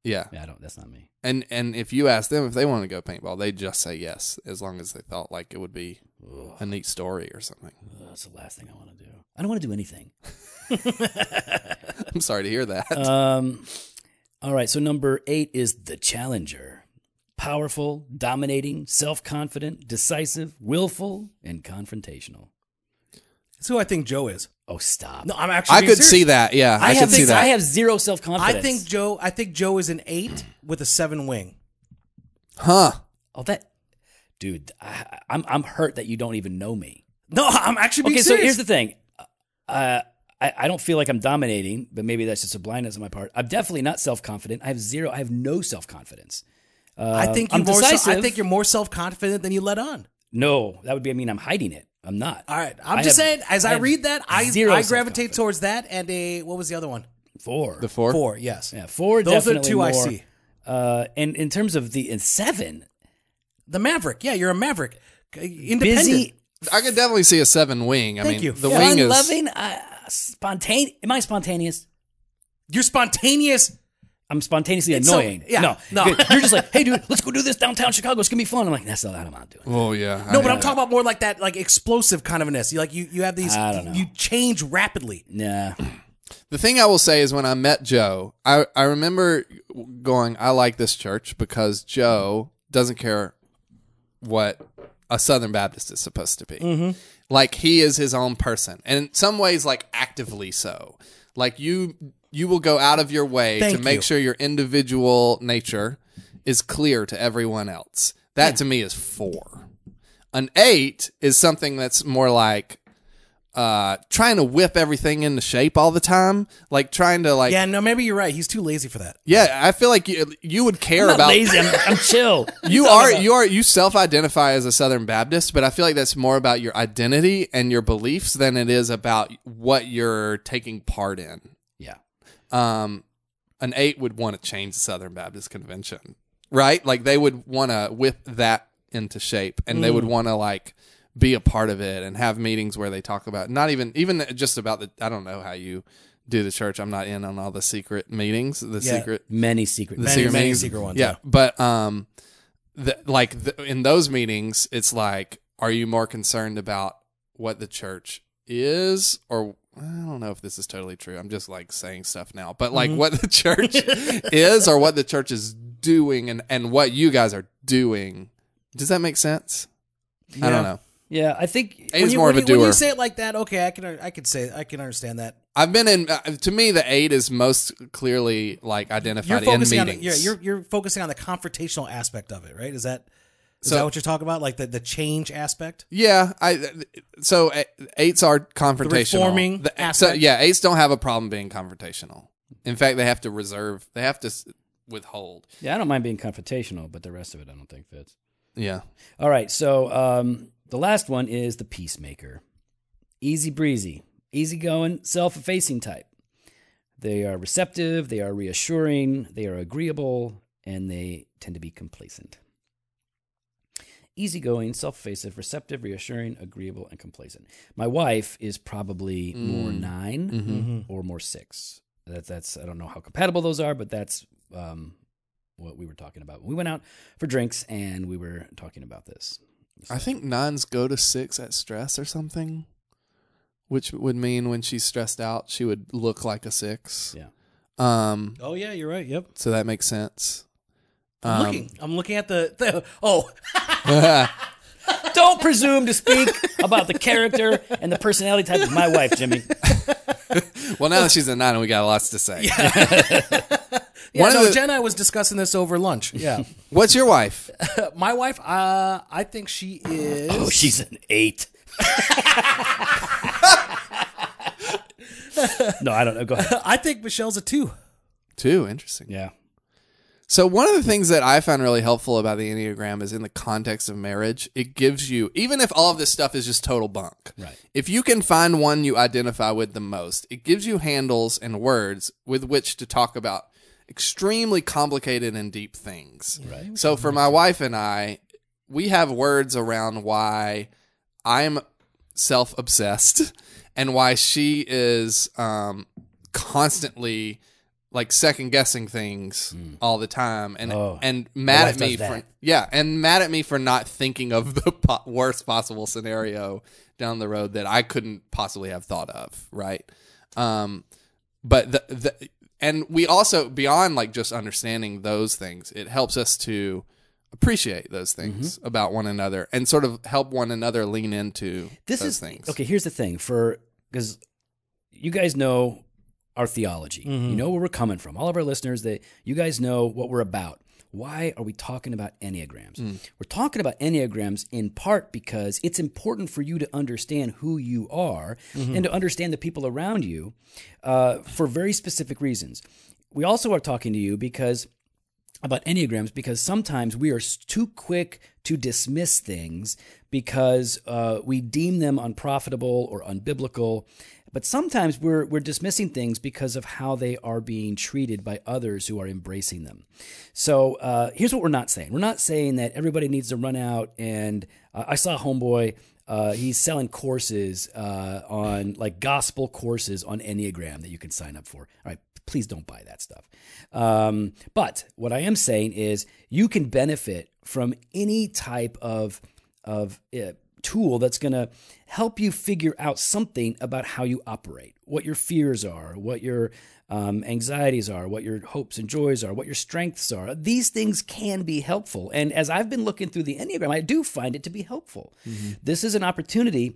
S3: yeah
S1: Yeah, I don't. That's not me.
S3: and and if you ask them if they want to go paintball they just say yes as long as they thought like it would be a neat story or something
S1: Ugh, that's the last thing I want to do. I don't want to do anything.
S3: i'm sorry to hear that
S1: Um, all right. So number eight is the challenger. Powerful, dominating, self-confident, decisive, willful, and confrontational.
S2: That's who I think Joe is.
S1: Oh, stop!
S2: No, I'm actually.
S3: i
S2: being
S3: could
S2: serious.
S3: see that yeah i,
S1: I,
S3: could
S1: have
S3: see
S1: things-
S3: that
S1: I have zero self-confidence.
S2: I think Joe. I think Joe is an eight with a seven wing.
S3: huh
S1: Oh, that dude, I, I'm I'm hurt that you don't even know me.
S2: No, I'm actually being
S1: Okay, so
S2: serious.
S1: here's the thing. Uh, I, I don't feel like I'm dominating, but maybe that's just a blindness on my part. I'm definitely not self confident. I have zero. I have no self confidence.
S2: I think
S1: Um,
S2: you're
S1: I'm
S2: more. So, I
S1: decisive.
S2: think you're more self confident than you let on.
S1: No, that would be. I mean, I'm hiding it. I'm not.
S2: All right, I'm
S1: I
S2: just
S1: have-
S2: saying. As I,
S1: have
S2: read that, I
S1: zero
S2: I gravitate
S1: self-confidence.
S2: towards that and a what was the other one?
S1: four.
S3: the four
S2: Four. Yes.
S1: yeah, four.
S2: Those are
S1: definitely
S2: two I
S1: more.
S2: see.
S1: Uh, and in terms of the in seven,
S2: The Maverick. Yeah, you're a Maverick. Uh, Independent.
S1: busy,
S3: I could definitely see a seven wing. I
S2: Thank
S3: mean,
S2: you.
S3: the
S2: Yeah.
S3: wing is
S1: fun-loving, uh, spontaneous. Am I spontaneous?
S2: You're spontaneous.
S1: I'm spontaneously
S2: so-
S1: annoying.
S2: yeah,
S1: no,
S2: no.
S1: You're- You're just like, hey, dude, let's go do this downtown Chicago. It's gonna be fun. I'm like, that's not what I'm not doing.
S3: Oh yeah.
S2: No, but I'm talking about more like that, like explosive kind of an You like you you have these.
S1: I don't know.
S2: You change rapidly.
S1: Nah.
S3: The thing I will say is when I met Joe, I I remember going, I like this church because Joe doesn't care what a Southern Baptist is supposed to be.
S2: Mm-hmm.
S3: Like he is his own person, and in some ways, like actively so. Like you, you will go out of your way
S2: Thank
S3: to make
S2: you.
S3: sure your individual nature is clear to everyone else. That to me is four. An eight is something that's more like uh trying to whip everything into shape all the time like trying to like yeah,
S2: Yeah. No, maybe you're right. He's too lazy for that.
S3: i feel like you, you would care
S1: I'm not
S3: about
S1: lazy. I'm, I'm chill.
S3: you are you are you self-identify as a southern baptist but i feel like that's more about your identity and your beliefs than it is about what you're taking part in
S1: Yeah.
S3: um an eight would want to change the southern baptist convention right like they would want to whip that into shape and they would want to like be a part of it and have meetings where they talk about not even even just about the i don't know how you do the church. I'm not in on all the secret meetings, the
S2: Yeah.
S3: secret
S1: Many secret.
S3: the
S2: Many,
S3: secret
S2: many
S3: meetings.
S2: secret ones,
S3: Yeah,
S2: yeah.
S3: but um, the, like the, in those meetings, it's like, are you more concerned about what the church is, or I don't know if this is totally true. I'm just like saying stuff now, but
S2: Mm-hmm.
S3: like what the church is, or what the church is doing, and and what you guys are doing. Does that make sense? I
S2: Yeah.
S3: don't know.
S1: yeah, I think.
S3: Eight is
S2: you-
S3: more of a
S2: you- When
S3: doer.
S2: you say it like that, okay, I can I can say I can understand that.
S3: I've been in. Uh, to me, the eight is most clearly like
S2: You're
S3: identified in meetings.
S2: focusing on yeah, you're you're focusing on the confrontational aspect of it, right? Is that is
S3: So-
S2: that what you're talking about? Like the, the change aspect?
S3: Yeah, I so eh, eights are confrontational.
S2: reforming
S3: The- so
S2: aspect.
S3: yeah, eights don't have a problem being confrontational. In fact, they have to reserve. They have to s- withhold.
S1: Yeah, I don't mind being confrontational, but the rest of it I don't think fits.
S3: Yeah,
S1: All right, so um, the last one is the peacemaker. Easy breezy, easygoing, self effacing type. They are receptive, they are reassuring, they are agreeable, and they tend to be complacent. Easygoing, self effacing, receptive, reassuring, agreeable, and complacent. My wife is probably more 9 or more six. That, that's I don't know how compatible those are, but that's um, what we were talking about. We went out for drinks and we were talking about this.
S3: I think nines go to six at stress or something, which would mean when she's stressed out, she would look like a six.
S1: Yeah.
S3: Um.
S2: Oh yeah, you're right. Yep.
S3: So that makes sense. Um,
S2: I'm looking. I'm looking at the, the oh
S1: Don't presume to speak about the character and the personality type of my wife, Jimmy.
S3: Well, now that she's a nine, we got lots to say.
S2: yeah,
S3: One of
S2: no,
S3: the-
S2: Jen and I was discussing this over lunch. Yeah.
S3: What's your wife?
S2: My wife, uh, I think she is
S1: Oh, she's an eight. no, I don't know. Go ahead.
S2: I think Michelle's a two.
S3: Two. Interesting.
S1: Yeah.
S3: So one of the things that I found really helpful about the Enneagram is in the context of marriage, it gives you even if all of this stuff is just total bunk.
S1: Right.
S3: If you can find one you identify with the most, it gives you handles and words with which to talk about extremely complicated and deep things. Right. So for my wife and I, we have words around why I'm self obsessed and why she is um, constantly like second guessing things all the time and
S1: Hmm. Oh,
S3: and mad
S1: wife
S3: at me
S1: does
S3: for
S1: that.
S3: yeah and mad at me for not thinking of the po- worst possible scenario down the road that I couldn't possibly have thought of right um but the, the and we also beyond like just understanding those things it helps us to appreciate those
S1: Mm-hmm.
S3: things about one another and sort of help one another lean into
S1: This
S3: those
S1: is
S3: things
S1: okay. Here's the thing for because you guys know our theology. You know where we're coming from. All of our listeners, that you guys know what we're about. Why are we talking about enneagrams? We're talking about enneagrams in part because it's important for you to understand who you are and to understand the people around you uh, for very specific reasons. We also are talking to you because about enneagrams because sometimes we are s- too quick to dismiss things because uh, we deem them unprofitable or unbiblical. But sometimes we're we're dismissing things because of how they are being treated by others who are embracing them. So uh, here's what we're not saying: we're not saying that everybody needs to run out and uh, I saw Homeboy. Uh, he's selling courses uh, on like gospel courses on Enneagram that you can sign up for. All right, please don't buy that stuff. Um, but what I am saying is you can benefit from any type of of uh, tool that's going to help you figure out something about how you operate, what your fears are, what your um, anxieties are, what your hopes and joys are, what your strengths are. These things can be helpful. And as I've been looking through the Enneagram, I do find it to be helpful. This is an opportunity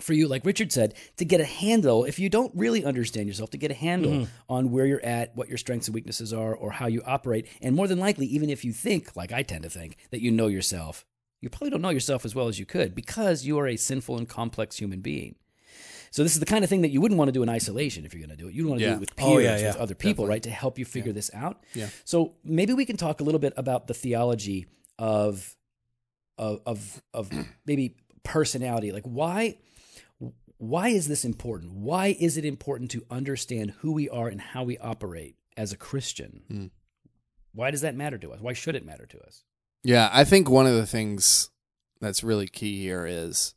S1: for you, like Richard said, to get a handle, if you don't really understand yourself, to get a handle on where you're at, what your strengths and weaknesses are, or how you operate. And more than likely, even if you think, like I tend to think, that you know yourself, you probably don't know yourself as well as you could because you are a sinful and complex human being. So this is the kind of thing that you wouldn't want to do in isolation if you're going to do it. You'd want to do
S3: Yeah.
S1: it with peers,
S2: Oh, yeah,
S1: with
S2: yeah.
S1: other people, right, to help you figure this out. Yeah. So maybe we can talk a little bit about the theology of of of, of maybe personality. Like why why is this important? Why is it important to understand who we are and how we operate as a Christian? Why does that matter to us? Why should it matter to us?
S3: Yeah, I think one of the things that's really key here is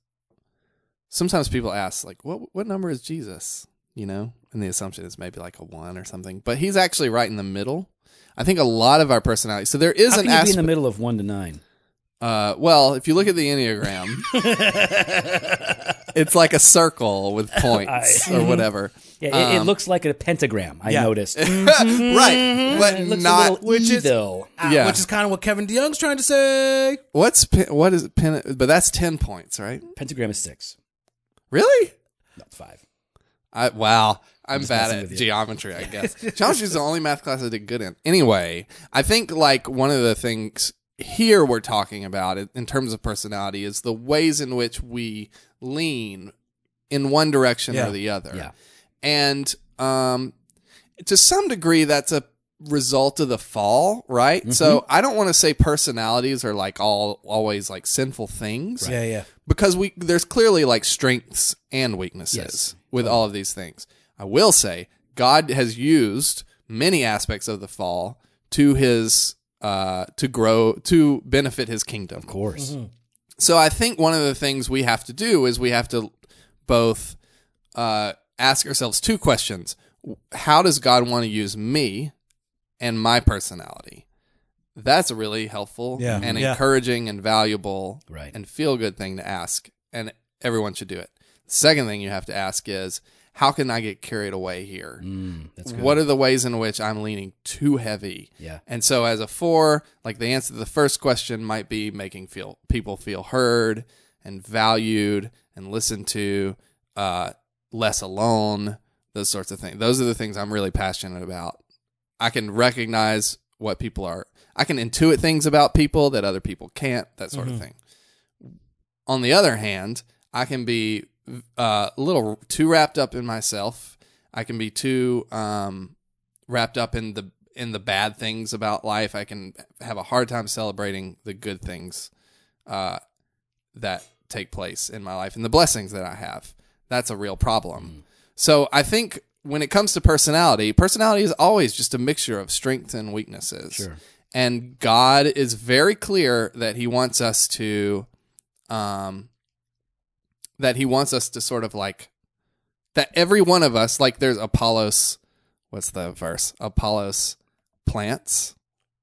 S3: sometimes people ask like what what number is Jesus? you know, and the assumption is maybe like a one or something. But he's actually right in the middle. I think a lot of our personality. So there is
S1: How can you
S3: an
S1: be in
S3: aspect.
S1: the middle of one to nine?
S3: Uh, well, if you look at the Enneagram, it's like a circle with points or whatever.
S1: Yeah, it, it looks like a pentagram. I noticed. Mm-hmm.
S3: right,
S1: It
S3: but
S1: looks a
S3: not
S1: little which
S2: is-
S1: though.
S2: Ah,
S3: Yeah.
S2: Which is kind of what Kevin DeYoung's trying to say.
S3: what's pin, what is pin, but that's ten points, right?
S1: Pentagram is six,
S3: Really?
S1: not five.
S3: I, wow, I'm,
S1: just
S3: bad
S1: messing
S3: at
S1: with you.
S3: geometry. I guess geometry is the only math class I did good in. Anyway, I think like one of the things here we're talking about in- in terms of personality is the ways in which we lean in one direction
S2: Yeah.
S3: or the other.
S1: Yeah.
S3: and um, to some degree that's a result of the fall right
S1: Mm-hmm.
S3: so i don't want to say personalities are like all always like sinful things
S2: Yeah, yeah.
S3: because we there's clearly like strengths and weaknesses
S1: Yes.
S3: with all of these things i will say god has used many aspects of the fall to his uh to grow to benefit his kingdom
S1: Of course.
S3: so I think one of the things we have to do is we have to both uh, ask ourselves two questions: How does God want to use me and my personality? That's a really helpful
S2: Yeah.
S3: and
S2: Yeah.
S3: encouraging and valuable
S1: Right.
S3: and feel good thing to ask, and everyone should do it. Second thing you have to ask is, how can I get carried away here?
S1: Mm, that's good.
S3: What are the ways in which I'm leaning too heavy?
S1: Yeah.
S3: And so as a four, like the answer to the first question might be making feel people feel heard and valued and listened to, uh, less alone, those sorts of things. Those are the things I'm really passionate about. I can recognize what people are I can intuit things about people that other people can't, that sort of thing. On the other hand, I can be uh, a little too wrapped up in myself. I can be too um, wrapped up in the in the bad things about life. I can have a hard time celebrating the good things uh, that take place in my life and the blessings that I have. That's a real
S1: Mm.
S3: problem. So I think when it comes to personality, personality is always just a mixture of strengths and weaknesses.
S1: Sure.
S3: And God is very clear that He wants us to, um, that He wants us to sort of like that every one of us, like there's Apollos, what's the verse? Apollos plants,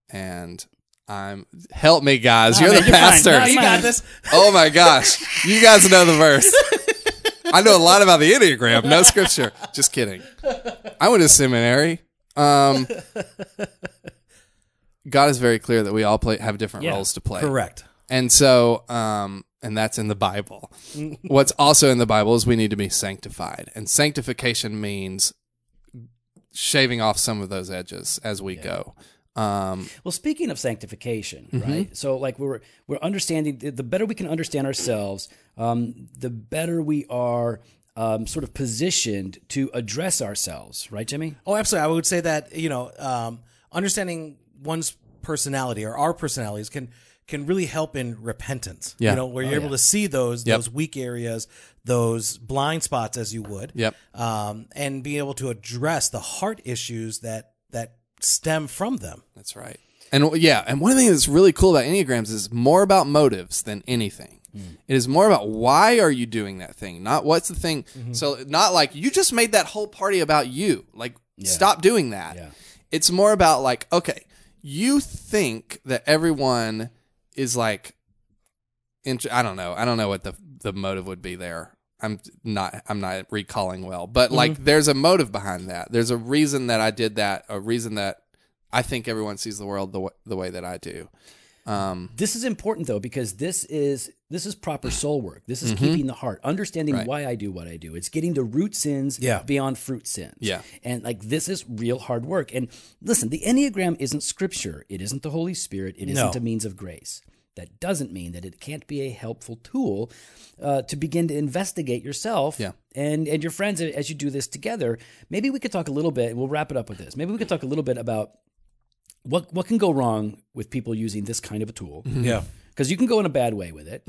S3: and I'm help me guys, you're
S1: man,
S3: the
S1: you're fine.
S3: pastor.
S1: No,
S2: You got this.
S3: Oh my gosh. You guys know the verse. I know a lot about the Enneagram, no scripture. Just kidding. I went to seminary. Um, God is very clear that we all play have different
S1: Yeah,
S3: roles to play.
S2: Correct.
S3: And so, um, and that's in the Bible. What's also in the Bible is we need to be sanctified. And sanctification means shaving off some of those edges as we go. Um,
S1: Well, speaking of sanctification,
S3: Mm-hmm.
S1: right? So, like we're we're understanding the the better we can understand ourselves, um, the better we are um, sort of positioned to address ourselves, right, Jimmy?
S2: Oh, absolutely. I would say that you know, um, understanding one's personality or our personalities can can really help in repentance.
S3: Yeah.
S2: You know, where you're able to see those those weak areas, those blind spots, as you would.
S3: Yep.
S2: Um, and being able to address the heart issues that that stem from them.
S3: That's right. And yeah, and one thing that's really cool about Enneagrams is more about motives than anything. It is more about why are you doing that thing, not what's the thing. So not like you just made that whole party about you. Like stop doing that.
S1: Yeah.
S3: It's more about like okay, you think that everyone is like int- I don't know. I don't know what the the motive would be there. I'm not I'm not recalling well, but like there's a motive behind that. There's a reason that I did that. A reason that I think everyone sees the world the w- the way that I do. Um,
S1: This is important though because this is this is proper soul work. This is keeping the heart, understanding
S3: Mm-hmm. Right.
S1: why I do what I do. It's getting to root sins
S2: Yeah.
S1: beyond fruit sins.
S3: Yeah.
S1: And like this is real hard work. And listen, the Enneagram isn't scripture. It isn't the Holy Spirit. It isn't
S2: No.
S1: a means of grace. That doesn't mean that it can't be a helpful tool uh, to begin to investigate yourself
S3: Yeah.
S1: and and your friends as you do this together. Maybe we could talk a little bit. We'll wrap it up with this. Maybe we could talk a little bit about what what can go wrong with people using this kind of a tool
S3: Mm-hmm.
S2: Yeah.
S1: because you can go in a bad way with it.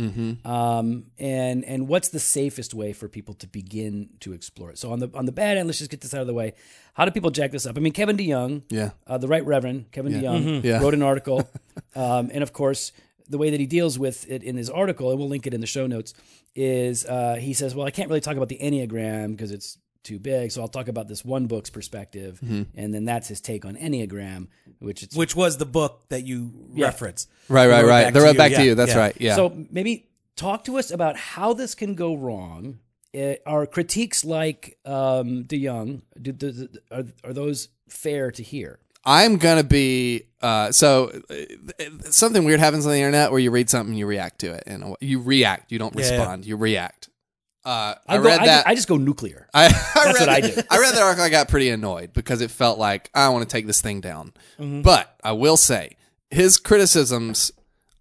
S1: Um, and and what's the safest way for people to begin to explore it? So on the on the bad end, let's just get this out of the way. How do people jack this up? I mean, Kevin DeYoung,
S3: yeah,
S1: uh, the right Reverend Kevin DeYoung,
S3: Yeah.
S1: wrote an article, um, and of course. The way that he deals with it in his article, and we'll link it in the show notes, is uh, he says, "Well, I can't really talk about the enneagram because it's too big. So I'll talk about this one book's perspective,
S3: Mm-hmm.
S1: and then that's his take on Enneagram, which it's
S2: which was the book that you
S1: Yeah.
S2: referenced.
S3: Right, right,
S2: road
S3: right.
S2: back
S3: the
S2: to
S3: road
S2: you,
S3: back
S2: yeah,
S3: to you. That's
S2: yeah.
S3: right. Yeah.
S1: So maybe talk to us about how this can go wrong. Uh, are critiques like um, De Young do, do, do- are are those fair to hear?
S3: I'm gonna be uh, so uh, something weird happens on the internet where you read something, you react to it, and you react. You don't
S2: Yeah, yeah.
S3: respond. You react. Uh, I,
S1: I, go,
S3: read
S1: I,
S3: that.
S1: I just go nuclear.
S3: I, I
S1: That's
S3: read
S1: what I
S3: that-
S1: do.
S3: I read that article. I got pretty annoyed because it felt like I want to take this thing down.
S1: Mm-hmm.
S3: But I will say his criticisms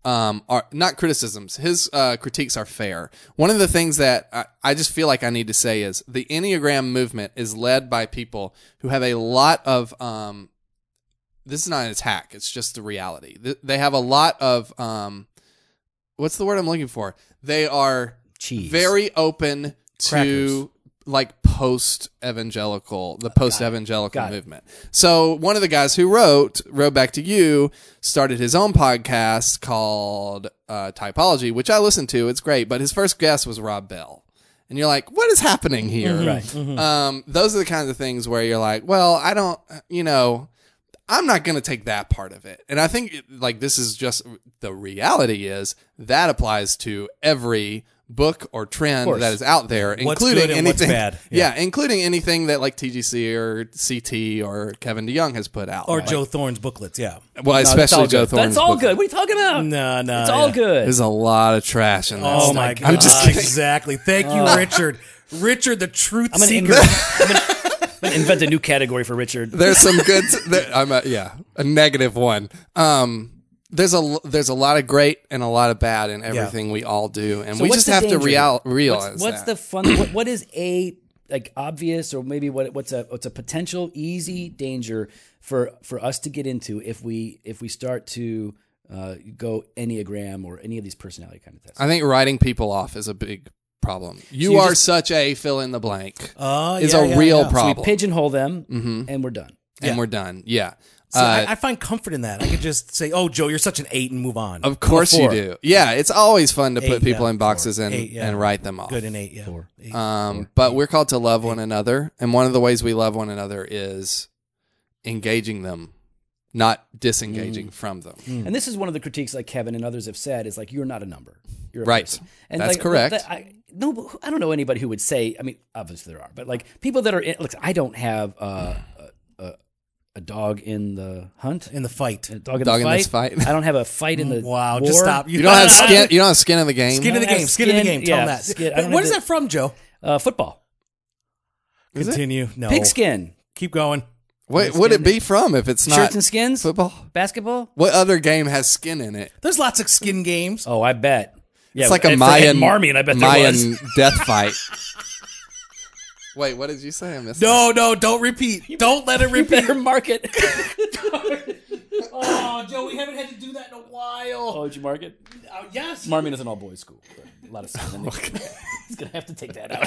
S3: um, are not criticisms. His uh, critiques are fair. One of the things that I, I just feel like I need to say is the Enneagram movement is led by people who have a lot of um, this is not an attack. It's just the reality. Th- They have a lot of um, what's the word I'm looking for? They are
S1: Cheese.
S3: very open to
S2: Crackers.
S3: like post evangelical, the post evangelical
S1: Got it.
S3: movement. So one of the guys who wrote wrote back to you started his own podcast called uh, Typology, which I listened to. It's great, but his first guest was Rob Bell. And you're like, what is happening here?
S1: Right.
S3: Um, those are the kinds of things where you're like, well, I don't, you know, I'm not going to take that part of it. And I think it- like this is just the reality is that applies to every book or trend
S1: course.
S3: that is out there,
S2: What's
S3: including
S2: good and what's
S3: anything
S2: bad.
S3: Yeah. including anything that like TGC or CT or Kevin DeYoung has put out.
S2: Or
S3: Like-
S2: Joe Thorne's booklets. Yeah.
S3: well,
S1: That's all
S3: especially Joe
S1: good.
S3: Thorne's
S1: That's all
S3: book.
S1: good. What are you talking about?
S2: No, no.
S1: it's all good.
S3: There's a lot of trash in that.
S2: Oh
S3: stuff.
S2: my god!
S3: I'm just kidding.
S2: Exactly. Thank
S3: Uh.
S2: you, Richard. Richard, the truth
S1: I'm gonna,
S2: seeker.
S1: invent, I'm, gonna, I'm gonna invent a new category for Richard.
S3: there's some good. there, I'm a, yeah, a negative one. Um, there's a l- there's a lot of great and a lot of bad in everything we all do, and
S1: So
S3: we
S1: what's
S3: just
S1: the
S3: have to
S1: danger?
S3: real, realize
S1: What's, what's
S3: that.
S1: the fun? What, what is a like obvious or maybe what what's a what's a potential easy danger for for us to get into if we if we start to uh, go enneagram or any of these personality kind of tests?
S3: I think writing people off is a big problem. You,
S1: you
S3: are
S1: just-
S3: such a fill in the blank.
S2: Oh,
S3: is
S2: yeah,
S3: a
S2: yeah, yeah. So
S3: real
S2: we
S1: we
S3: problem, Mm-hmm.
S1: pigeonhole them and we're done.
S3: and
S2: Yeah.
S3: we're done. Yeah.
S2: So
S3: Uh,
S2: I, I find comfort in that. I could just say, "Oh, Joe, you're such an eight, and move on."
S3: of course you
S1: four.
S3: do. Yeah, it's always fun to put
S2: Eight,
S3: people
S2: yeah,
S3: in boxes
S2: four.
S3: and,
S2: Eight, yeah.
S3: and write them off.
S2: Good in eight, yeah. Eight.
S3: Um, but we're called to love one another, and one of the ways we love one another is engaging them, not disengaging
S2: Mm.
S3: from them.
S1: And this is one of the critiques, like Kevin and others have said, is like you're not a number, you're a
S3: Right.
S1: person. And
S3: That's
S1: like,
S3: correct.
S1: that- I, no, but who- I don't know anybody who would say. I mean, obviously there are, but like people that are. In, look, I don't have uh, a, a a dog in the hunt,
S2: in the fight.
S1: a dog in,
S3: Dog
S1: the,
S3: in
S1: fight.
S3: this fight.
S1: I don't have a fight in the
S2: Wow,
S1: War.
S2: just stop.
S3: You don't have skin. You don't have skin in the game.
S2: Skin in the
S1: I don't
S2: game.
S1: have
S2: Skin in the
S1: skin-
S2: game. Tell
S1: yeah,
S2: them that.
S1: skin- I
S2: But
S1: don't
S2: what
S1: have
S2: is
S1: the-
S2: that from, Joe?
S1: Uh, football,
S2: Continue. No.
S1: pigskin,
S2: Keep going.
S3: What would it be from if it's not
S1: shirts and skins,
S3: football?
S1: basketball.
S3: What other game has skin in it?
S2: There's lots of skin games.
S1: Oh, I bet. Yeah,
S3: It's like a
S1: for Ed
S3: Mayan
S1: Marmion. I bet there
S3: Mayan
S1: was.
S3: death fight. Wait, what did you say? I missed.
S2: No, no, don't repeat. Don't let it
S1: You
S2: repeat.
S1: better mark it.
S2: oh, Joe, we haven't had to do that in a while.
S1: oh, did you mark it?
S2: Uh, yes.
S1: Marmion is an all-boys school. but A lot of
S3: Oh,
S1: skin. He's gonna have to take that out.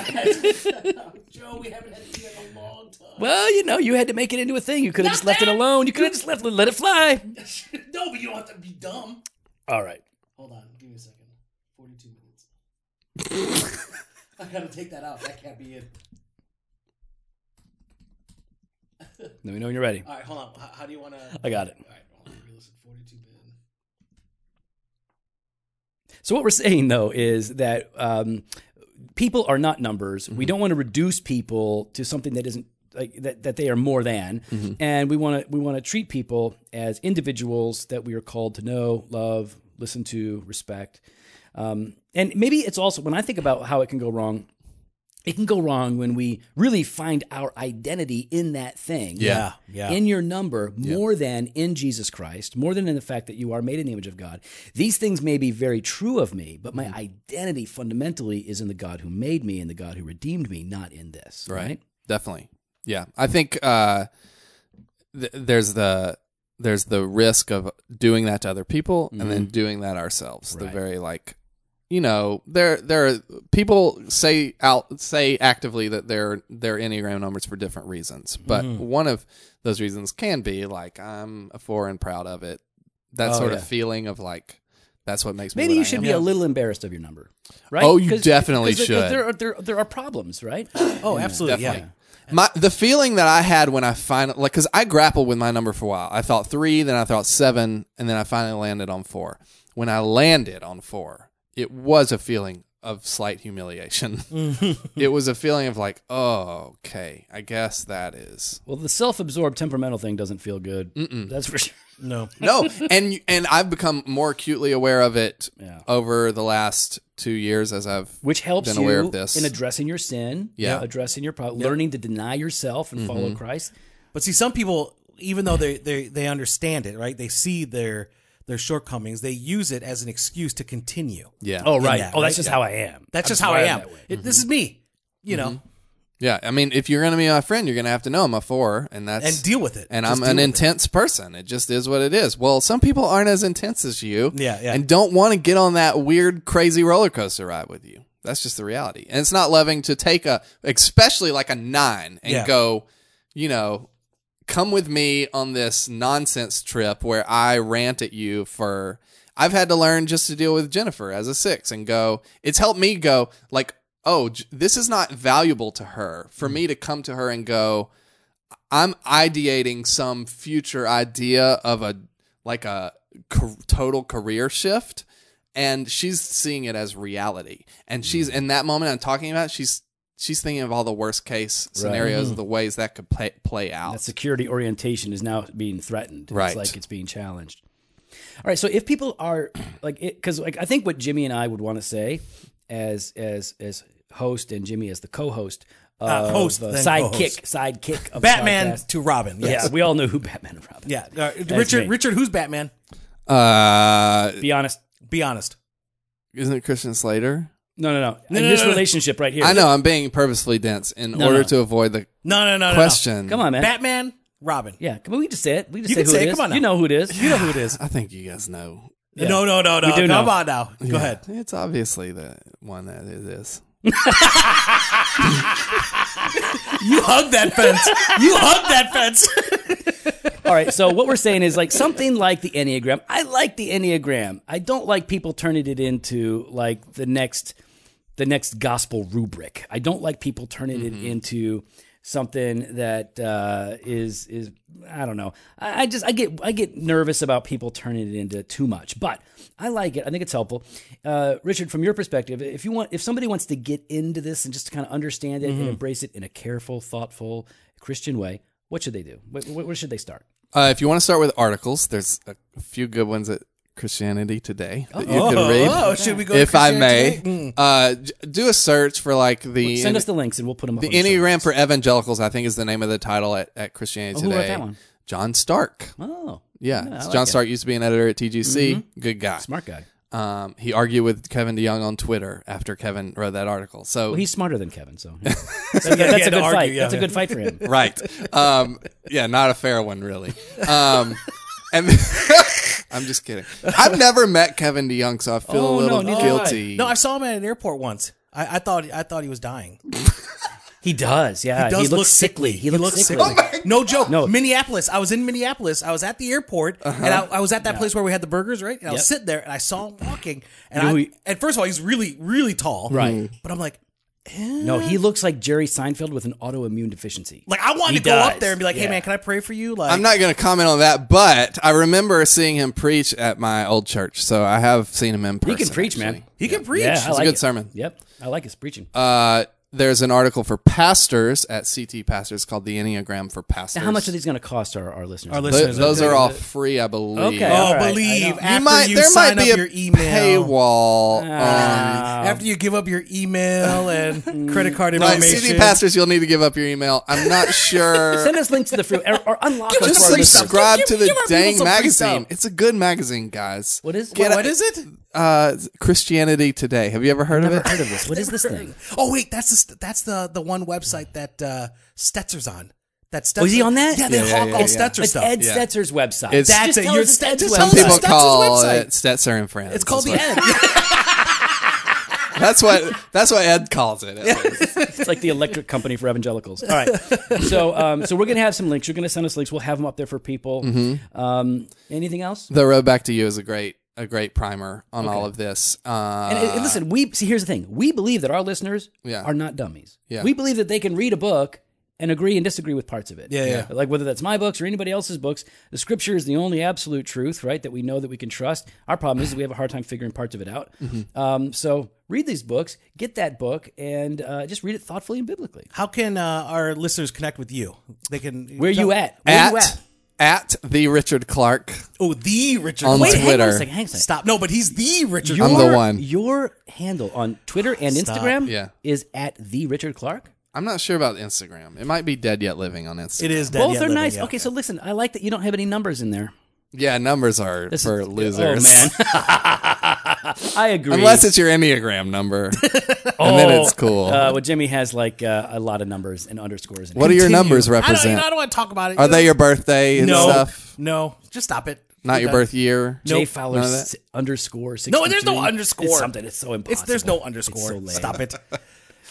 S2: Joe, we haven't had to do that in a long time.
S1: Well, you know, you had to make it into a thing. You could have just left it alone. You could have just left let it fly.
S2: no, but you don't have to be dumb.
S1: All right.
S2: Hold on, give me a second. 42 minutes. I gotta take that out. That can't be it.
S1: Let me know when you're ready.
S2: All right, hold on. How, how do you wanna.
S1: I got it.
S2: All right, hold on. Let me listen. 42 minutes.
S1: So what we're saying though is that um, people are not numbers.
S2: Mm-hmm.
S1: We don't want to reduce people to something that isn't like that, that they are more than,
S2: Mm-hmm.
S1: and we want to we want to treat people as individuals that we are called to know, love, listen to, respect. Um, and maybe it's also when I think about how it can go wrong, it can go wrong when we really find our identity in that thing.
S3: Yeah,
S2: yeah.
S1: In your number more than in Jesus Christ, more than in the fact that you are made in the image of God. These things may be very true of me, but
S3: Mm-hmm.
S1: my identity fundamentally is in the God who made me and the God who redeemed me, not in this. Right.
S3: Definitely. Yeah. I think uh, th- there's the there's the risk of doing that to other people and then doing that ourselves.
S1: Mm-hmm.
S3: The
S1: Right.
S3: very like you know, there there are people say out say actively that they're they're enneagram numbers for different reasons. But
S1: Mm-hmm.
S3: one of those reasons can be like I'm a four and proud of it. That
S1: Oh,
S3: sort
S1: yeah.
S3: of feeling of like that's what makes me.
S1: Maybe
S3: what
S1: you
S3: I
S1: should
S3: am.
S1: be a little embarrassed of your number. Right?
S3: Oh, you
S1: 'Cause-
S3: definitely
S1: 'cause
S3: should.
S1: There are, there, there are problems, right?
S2: Oh, absolutely. Yeah.
S3: Definitely. My the feeling that I had when I finally like because I grappled with my number for a while. I thought three, then I thought seven, and then I finally landed on four. When I landed on four, it was a feeling of slight humiliation. it was a feeling of like, oh, okay, I guess that is
S1: Well, the self-absorbed temperamental thing doesn't feel good. That's for sure.
S2: No.
S3: no. And you- and I've become more acutely aware of it
S1: Yeah.
S3: over the last two years as I've
S1: Which helps
S3: Been
S1: you
S3: aware of this.
S1: in addressing your sin, uh,
S3: Yeah. Mm-hmm.
S1: addressing your problem, learning to deny yourself and follow Christ.
S2: But see, some people, even though they they they understand it, right? They see their their shortcomings. They use it as an excuse to continue.
S3: yeah
S1: Oh, right.
S2: that,
S1: oh, that's
S2: right?
S1: just
S2: Yeah.
S1: how I am.
S2: That's
S1: I'm
S2: just how I
S1: wired
S2: am.
S1: that way.
S2: It, This is me, you know,
S3: yeah. I mean, if you're gonna be my friend, you're gonna have to know I'm a four, and that's
S2: and deal with it.
S3: and
S2: Just
S3: I'm an
S2: deal with it.
S3: intense person. It just is what it is. Well, some people aren't as intense as you,
S2: Yeah, yeah.
S3: and don't want to get on that weird, crazy roller coaster ride with you. That's just the reality, and it's not loving to take a, especially like a nine, and
S2: Yeah.
S3: go, you know, come with me on this nonsense trip where I rant at you for. I've had to learn just to deal with Jennifer as a six and go, it's helped me go, like, oh, J- this is not valuable to her for
S2: Hmm.
S3: me to come to her and go, I'm ideating some future idea of a, like a ca- total career shift. And she's seeing it as reality. And she's
S1: Hmm.
S3: in that moment I'm talking about, she's, she's thinking of all the worst case scenarios,
S1: Hmm.
S3: the ways that could play, play out.
S1: That security orientation is now being threatened.
S3: Right.
S1: It's like it's being challenged. All right. So if people are like, because like I think what Jimmy and I would want to say, as as as host and Jimmy as the co-host, of,
S2: Uh, host,
S1: uh,
S2: then
S1: sidekick,
S2: co-host.
S1: sidekick of the
S2: Batman
S1: podcast.
S2: to Robin.
S1: Yeah,
S2: Yes.
S1: we all know who Batman and Robin.
S2: Yeah. Uh, Richard,
S1: me.
S2: Richard, who's Batman?
S3: Uh,
S1: Be honest.
S2: Be honest.
S3: isn't it Christian Slater?
S1: No, no, no. In
S2: no,
S1: this
S2: no, no.
S1: relationship right here.
S3: I know I'm being purposefully dense in
S1: No,
S3: order
S1: no.
S3: to avoid the
S2: No, no, no, no.
S3: question.
S1: Come on, man.
S2: No. Batman, Robin.
S1: yeah, come on. We can just say it. We can just
S2: You
S1: say
S2: can
S1: who
S2: say
S1: it
S2: it,
S1: is.
S2: come on
S1: you
S2: now.
S1: know who it is.
S2: You know who it is.
S3: I think you guys know.
S1: Yeah.
S2: No, no, no, no.
S1: We do
S2: Come
S1: know.
S2: on now. Go ahead.
S3: It's obviously the one that it is.
S2: You hug that fence. You hug that fence.
S1: All right. So what we're saying is like something like the Enneagram. I like the Enneagram. I don't like people turning it into like the next the next gospel rubric. I don't like people turning it into something that uh, is is I don't know. I, I just I get I get nervous about people turning it into too much. But I like it. I think it's helpful. Uh, Richard, from your perspective, if you want, if somebody wants to get into this and just to kind of understand it and embrace it in a careful, thoughtful Christian way, what should they do? Wh- wh- Where should they start?
S3: Uh, if you want to start with articles, there's a few good ones at Christianity Today that you can read.
S2: Oh, should we go? to
S3: if I may,
S2: Christianity?
S3: uh, j- do a search for like the
S1: Send us the links and Mm. we'll put them.
S3: The Enneagram for Evangelicals, I think, is the name of the title at, at Christianity
S1: Oh, who
S3: Today.
S1: wrote that one?
S3: John Stark.
S1: Oh,
S3: Yeah,
S1: I
S3: it's
S1: like it.
S3: John
S1: Mm-hmm.
S3: Stark used to be an editor at TGC. Good guy.
S1: smart guy.
S3: Um, he argued with Kevin DeYoung on Twitter after Kevin wrote that article. So
S1: Well, he's smarter than Kevin, so yeah. that's, a- that's
S2: had
S1: a
S2: to
S1: good
S2: argue,
S1: fight.
S2: yeah.
S1: that's a good fight for him.
S3: right. Um, yeah, not a fair one, really. Um, and I'm just kidding. I've never met Kevin DeYoung, so I feel
S1: Oh,
S3: a little
S1: no, neither have I.
S3: guilty.
S2: No, I saw him at an airport once. I, I thought I thought he was dying.
S1: He does. Yeah, Uh, he,
S2: does
S1: looks
S2: look
S1: sickly. He, looks, sickly. Oh
S2: no joke.
S1: No. Uh-huh.
S2: Minneapolis. I was in Minneapolis. I was at the airport, and I, I was at that place where we had the burgers, right? And I was
S1: Yep.
S2: sitting there, and I saw him walking. And
S1: You
S2: I,
S1: know, he-
S2: and first of all, he's really, really tall,
S1: Right.
S2: But I'm like,
S1: No, he looks like Jerry Seinfeld with an autoimmune deficiency.
S2: like I wanted
S1: He
S2: to go
S1: does.
S2: up there and be like, hey
S1: Yeah.
S2: man, can I pray for you? Like,
S3: I'm not going to comment on that, but I remember seeing him preach at my old church, so I have seen him in person.
S1: he can preach, man.
S3: actually.
S2: he can preach.
S1: Yeah, I like
S3: good
S1: it.
S3: sermon.
S1: Yep, I like his preaching.
S3: Uh, there's an article for pastors at CT Pastors called "The Enneagram for Pastors."
S1: Now, how much are these going to cost our, our listeners?
S2: Our
S3: Th-
S2: listeners,
S3: those are all free, I believe.
S1: Okay.
S2: Oh,
S1: All right, I
S2: believe
S1: know.
S2: after you,
S3: might there
S2: sign
S3: might be
S2: up
S3: a
S2: your email.
S1: Ah.
S3: paywall on
S1: uh,
S2: After you give up your email
S1: Mm.
S2: and credit card
S3: Right,
S2: information,
S3: CD pastors, you'll need to give up your email. I'm not sure.
S1: Send us links to the free or, or unlock us
S3: Um, Just
S1: for our listeners.
S3: subscribe to the
S2: Give- give our people
S3: dang
S2: some free
S3: magazine.
S2: stuff.
S3: It's a good magazine, guys.
S1: What is-
S3: Get
S2: what is it?
S3: Uh, Christianity Today. Have you ever heard of
S1: Never
S3: it?
S1: heard of this. What is this thing?
S2: Oh wait, that's the st- that's the the one website that uh, Stetzer's on. That Stetzer,
S1: Oh, is he on that?
S2: Yeah, they
S3: Yeah, yeah,
S2: hawk
S3: yeah,
S2: all
S3: yeah.
S2: Stetzer
S1: It's
S2: stuff.
S1: Ed
S3: Yeah.
S1: Stetzer's website.
S3: It's-
S1: Just
S2: That's it.
S1: tell
S2: You're-
S1: us it's Ed's
S2: just
S1: website.
S2: tell
S3: Some
S2: us
S3: people
S2: Stetzer's
S3: call
S2: website.
S3: it Stetzer and Friends.
S2: it's called the
S3: that's
S2: Ed.
S3: What, that's what that's what Ed calls it. at least.
S1: It's like the electric company for evangelicals. All right. So, um, so we're gonna have some links. You're gonna send us links. We'll have them up there for people.
S3: Mm-hmm.
S1: Um, anything else?
S3: the Road Back to You is a great a great primer on all of this. Uh,
S1: And, and listen, we see. Here's the thing: we believe that our listeners
S3: Yeah.
S1: are not dummies.
S3: Yeah.
S1: We believe that they can read a book and agree and disagree with parts of it.
S2: Yeah, yeah.
S1: Like whether that's my books or anybody else's books, the scripture is the only absolute truth, right? That we know that we can trust. Our problem is we have a hard time figuring parts of it out.
S3: Mm-hmm.
S1: Um, so read these books, get that book, and uh, just read it thoughtfully and biblically.
S2: How can uh, our listeners connect with you? They can.
S1: Where you at? Where you
S3: at
S1: at?
S3: at the Richard Clark
S2: Oh, the Richard.
S3: on
S2: Wait,
S1: Wait, hang on a
S3: Twitter.
S1: second. Hang on a second.
S2: stop. No, but he's the Richard.
S3: I'm the
S1: Your-
S3: one.
S1: Your handle on Twitter and Instagram
S3: Yeah.
S1: is at the Richard Clark.
S3: I'm not sure about Instagram. It might be dead yet living on Instagram.
S2: It is dead
S1: Both
S2: yet
S1: are
S2: living,
S1: nice.
S2: yeah.
S1: Okay, so listen, I like that you don't have any numbers in there.
S3: Yeah, numbers are
S1: This
S3: for
S1: is- Oh
S3: losers.
S1: man, I agree.
S3: Unless it's your Enneagram number. and then it's cool.
S1: Uh, well, Jimmy has like uh, a lot of numbers and underscores. In
S3: what do
S1: it.
S3: your
S2: Continue.
S3: numbers
S2: I don't, you
S3: represent?
S2: know, I don't want to talk about it.
S3: Are they your birthday and
S2: no,
S3: stuff?
S2: No, just stop it.
S3: Not your
S2: Okay.
S3: birth year?
S1: Jay
S2: Nope.
S1: Fowler
S3: None of that?
S1: s- underscore? 63.
S2: No, there's no underscore.
S1: It's something. It's so impossible.
S2: It's there's no underscore.
S1: so lame.
S2: Stop it.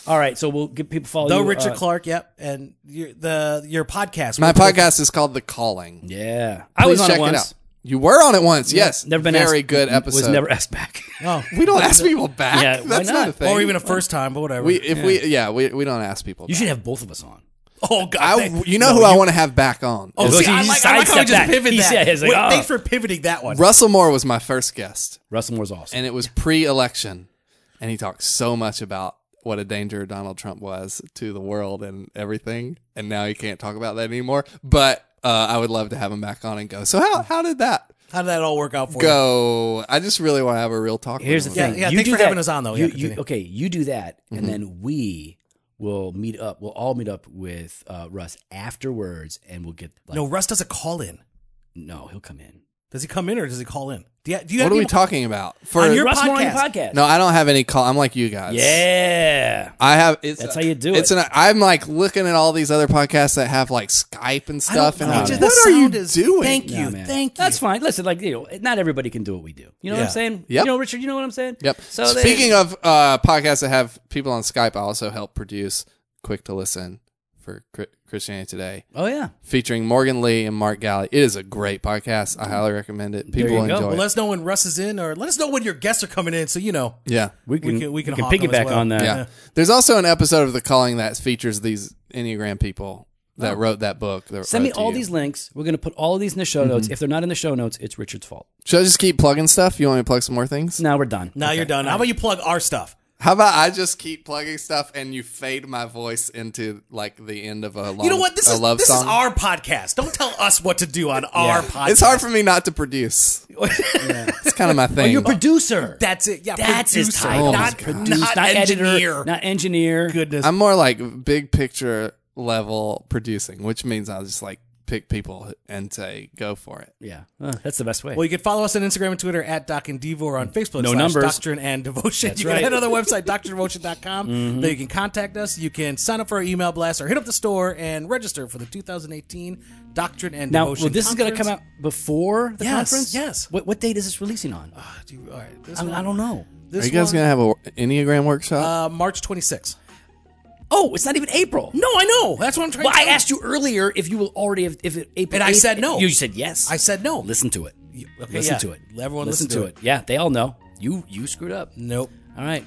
S1: All right, so we'll get people
S3: Oh,
S1: follow
S2: The
S1: you,
S2: Richard
S1: uh,
S2: Clark. Yep, and your, the your podcast.
S3: My
S2: We're-
S3: podcast is called The Calling.
S1: Yeah, I
S3: Please
S1: was on
S3: check
S1: it once.
S3: it out. You were on it once, yes.
S1: Never been
S3: very
S1: asked,
S3: good episode.
S1: Was never asked back.
S2: Oh,
S3: we don't ask people back.
S1: Yeah, why
S3: That's not?
S1: not?
S3: a thing.
S2: or even a first time, but whatever.
S3: we if we yeah we, we don't ask people.
S1: You
S3: back.
S1: should have both of us on.
S2: oh God,
S3: I,
S2: thank-
S3: you know who I want to have back on.
S2: Oh,
S1: Those-
S2: see,
S1: he
S2: I like, I like how we
S1: sidestepped
S2: just
S1: that.
S2: pivot
S1: He
S2: that.
S1: said- he's like,
S2: Wait,
S3: "Oh."
S1: "Ah."
S2: Thanks for pivoting that one.
S3: Russell Moore was my first guest,
S1: Russell Moore's awesome.
S3: and it was pre-election, and he talked so much about what a danger Donald Trump was to the world and everything, and now he can't talk about that anymore. But uh, I would love to have him back on and go. So how how did that
S2: How did that all work out for you?
S3: go? I just really want to have a real talk.
S1: Here's the
S3: with him.
S2: Yeah,
S1: thing.
S2: yeah,
S1: you
S2: thanks
S1: do
S2: for
S1: that.
S2: having us on, though.
S1: You,
S2: Yeah,
S1: you-
S2: continue.
S1: okay, you do that, and then we will meet up. We'll all meet up with uh, Russ afterwards, and we'll get like
S2: No, Russ does a call in.
S1: no, he'll come in.
S2: Does he come in or does he call in? Do you, do you
S3: What
S2: have
S3: are we
S2: any-
S3: talking about? For
S2: On your
S1: Russ Morning
S2: podcast.
S1: podcast.
S3: no, I don't have any call. I'm like you guys.
S1: Yeah.
S3: I have. It's
S1: That's how you do
S3: it's
S1: it.
S3: An, I'm like looking at all these other podcasts that have like Skype and
S2: I don't
S3: stuff, and
S2: know.
S3: I'm
S1: It's just
S3: like,
S2: The
S3: what are you
S2: sound is-
S3: doing?
S2: Thank you,
S1: Nah, man.
S2: thank you.
S1: That's fine. Listen, like you know, not everybody can do what we do. You know what
S2: Yeah.
S1: I'm saying?
S3: Yep.
S1: You know, Richard. You know what I'm saying?
S3: Yep.
S1: So they-
S3: Speaking of uh, podcasts that have people on Skype, I also help produce Quick to Listen for Chri- Christianity Today,
S1: oh yeah,
S3: featuring Morgan Lee and Mark Galley. It is a great podcast. I highly recommend it. People
S1: you go.
S3: enjoy
S2: Well,
S3: it.
S2: let us know when Russ is in, or let us know when your guests are coming in, so you know.
S3: Yeah.
S1: we can we
S2: can-
S1: can,
S2: we can hop on as
S1: piggyback
S2: well.
S1: on that.
S3: yeah. There's also an episode of The Calling that features these Enneagram people
S2: Oh.
S3: that wrote that book. that
S1: Send me
S3: wrote to
S1: all
S3: you.
S1: these links. We're going to put all of these in the show notes. If they're not in the show notes, it's Richard's fault.
S3: Should I just keep plugging stuff? You want me to plug some more things?
S1: Now we're done.
S2: Now you're done. How about you plug our stuff?
S3: How about I just keep plugging stuff and you fade my voice into like the end of a long,
S2: You know what? This
S3: a
S2: is
S3: love
S2: this
S3: song?
S2: is our podcast. Don't tell us what to do on our podcast.
S3: It's hard for me not to produce. It's kind of my thing.
S1: You're a producer.
S2: That's it. Yeah,
S1: That's his
S2: producer,
S1: title.
S2: Not,
S1: produce,
S2: not,
S1: not,
S2: engineer. Um,
S1: editor, not engineer.
S2: Goodness.
S3: I'm more like big picture level producing, which means I'll just like pick people and say go for it.
S1: Yeah, Uh, that's the best way.
S2: Well, you can follow us on Instagram and Twitter at Doc and Devo or on Facebook.
S1: No
S2: slash
S1: numbers.
S2: Doctrine and Devotion. you can
S1: right.
S2: head on the website, doctrinedevotion.com. There you can contact us. You can sign up for our email blast or hit up the store and register for the 2018 Doctrine and
S1: now,
S2: Devotion.
S1: well, this is going to come out before the
S2: Yes,
S1: conference.
S2: yes. Uh,
S1: What, what date is this releasing on? I,
S2: out. All right, this one,
S1: I don't know.
S2: this
S3: Are you guys
S2: one,
S3: gonna have a Enneagram workshop?
S2: uh, March 26th.
S1: Oh, it's not even April.
S2: No, I know. That's what I'm trying
S1: Well,
S2: to
S1: I
S2: tell you.
S1: asked you earlier if you will already have, if it April.
S2: And I
S1: 8th
S2: said no.
S1: You said yes. Oh,
S2: I said no.
S1: listen to it.
S2: Okay,
S1: listen
S2: yeah.
S1: to it.
S2: Everyone
S1: listen, to it. Yeah, they all know. You you screwed up.
S2: Nope.
S1: All right,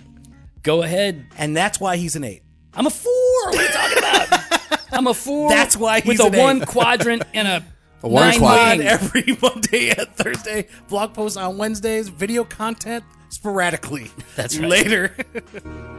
S1: go ahead.
S2: And that's why he's an eight.
S1: I'm a four. What are you talking about? I'm a four.
S2: That's why
S1: with
S2: he's
S1: a
S2: an eight.
S1: one quadrant and a,
S3: A one
S1: nine
S3: quadrant.
S1: wing.
S2: every Monday and Thursday. Blog posts on Wednesdays. Video content sporadically.
S1: That's right.
S2: Later.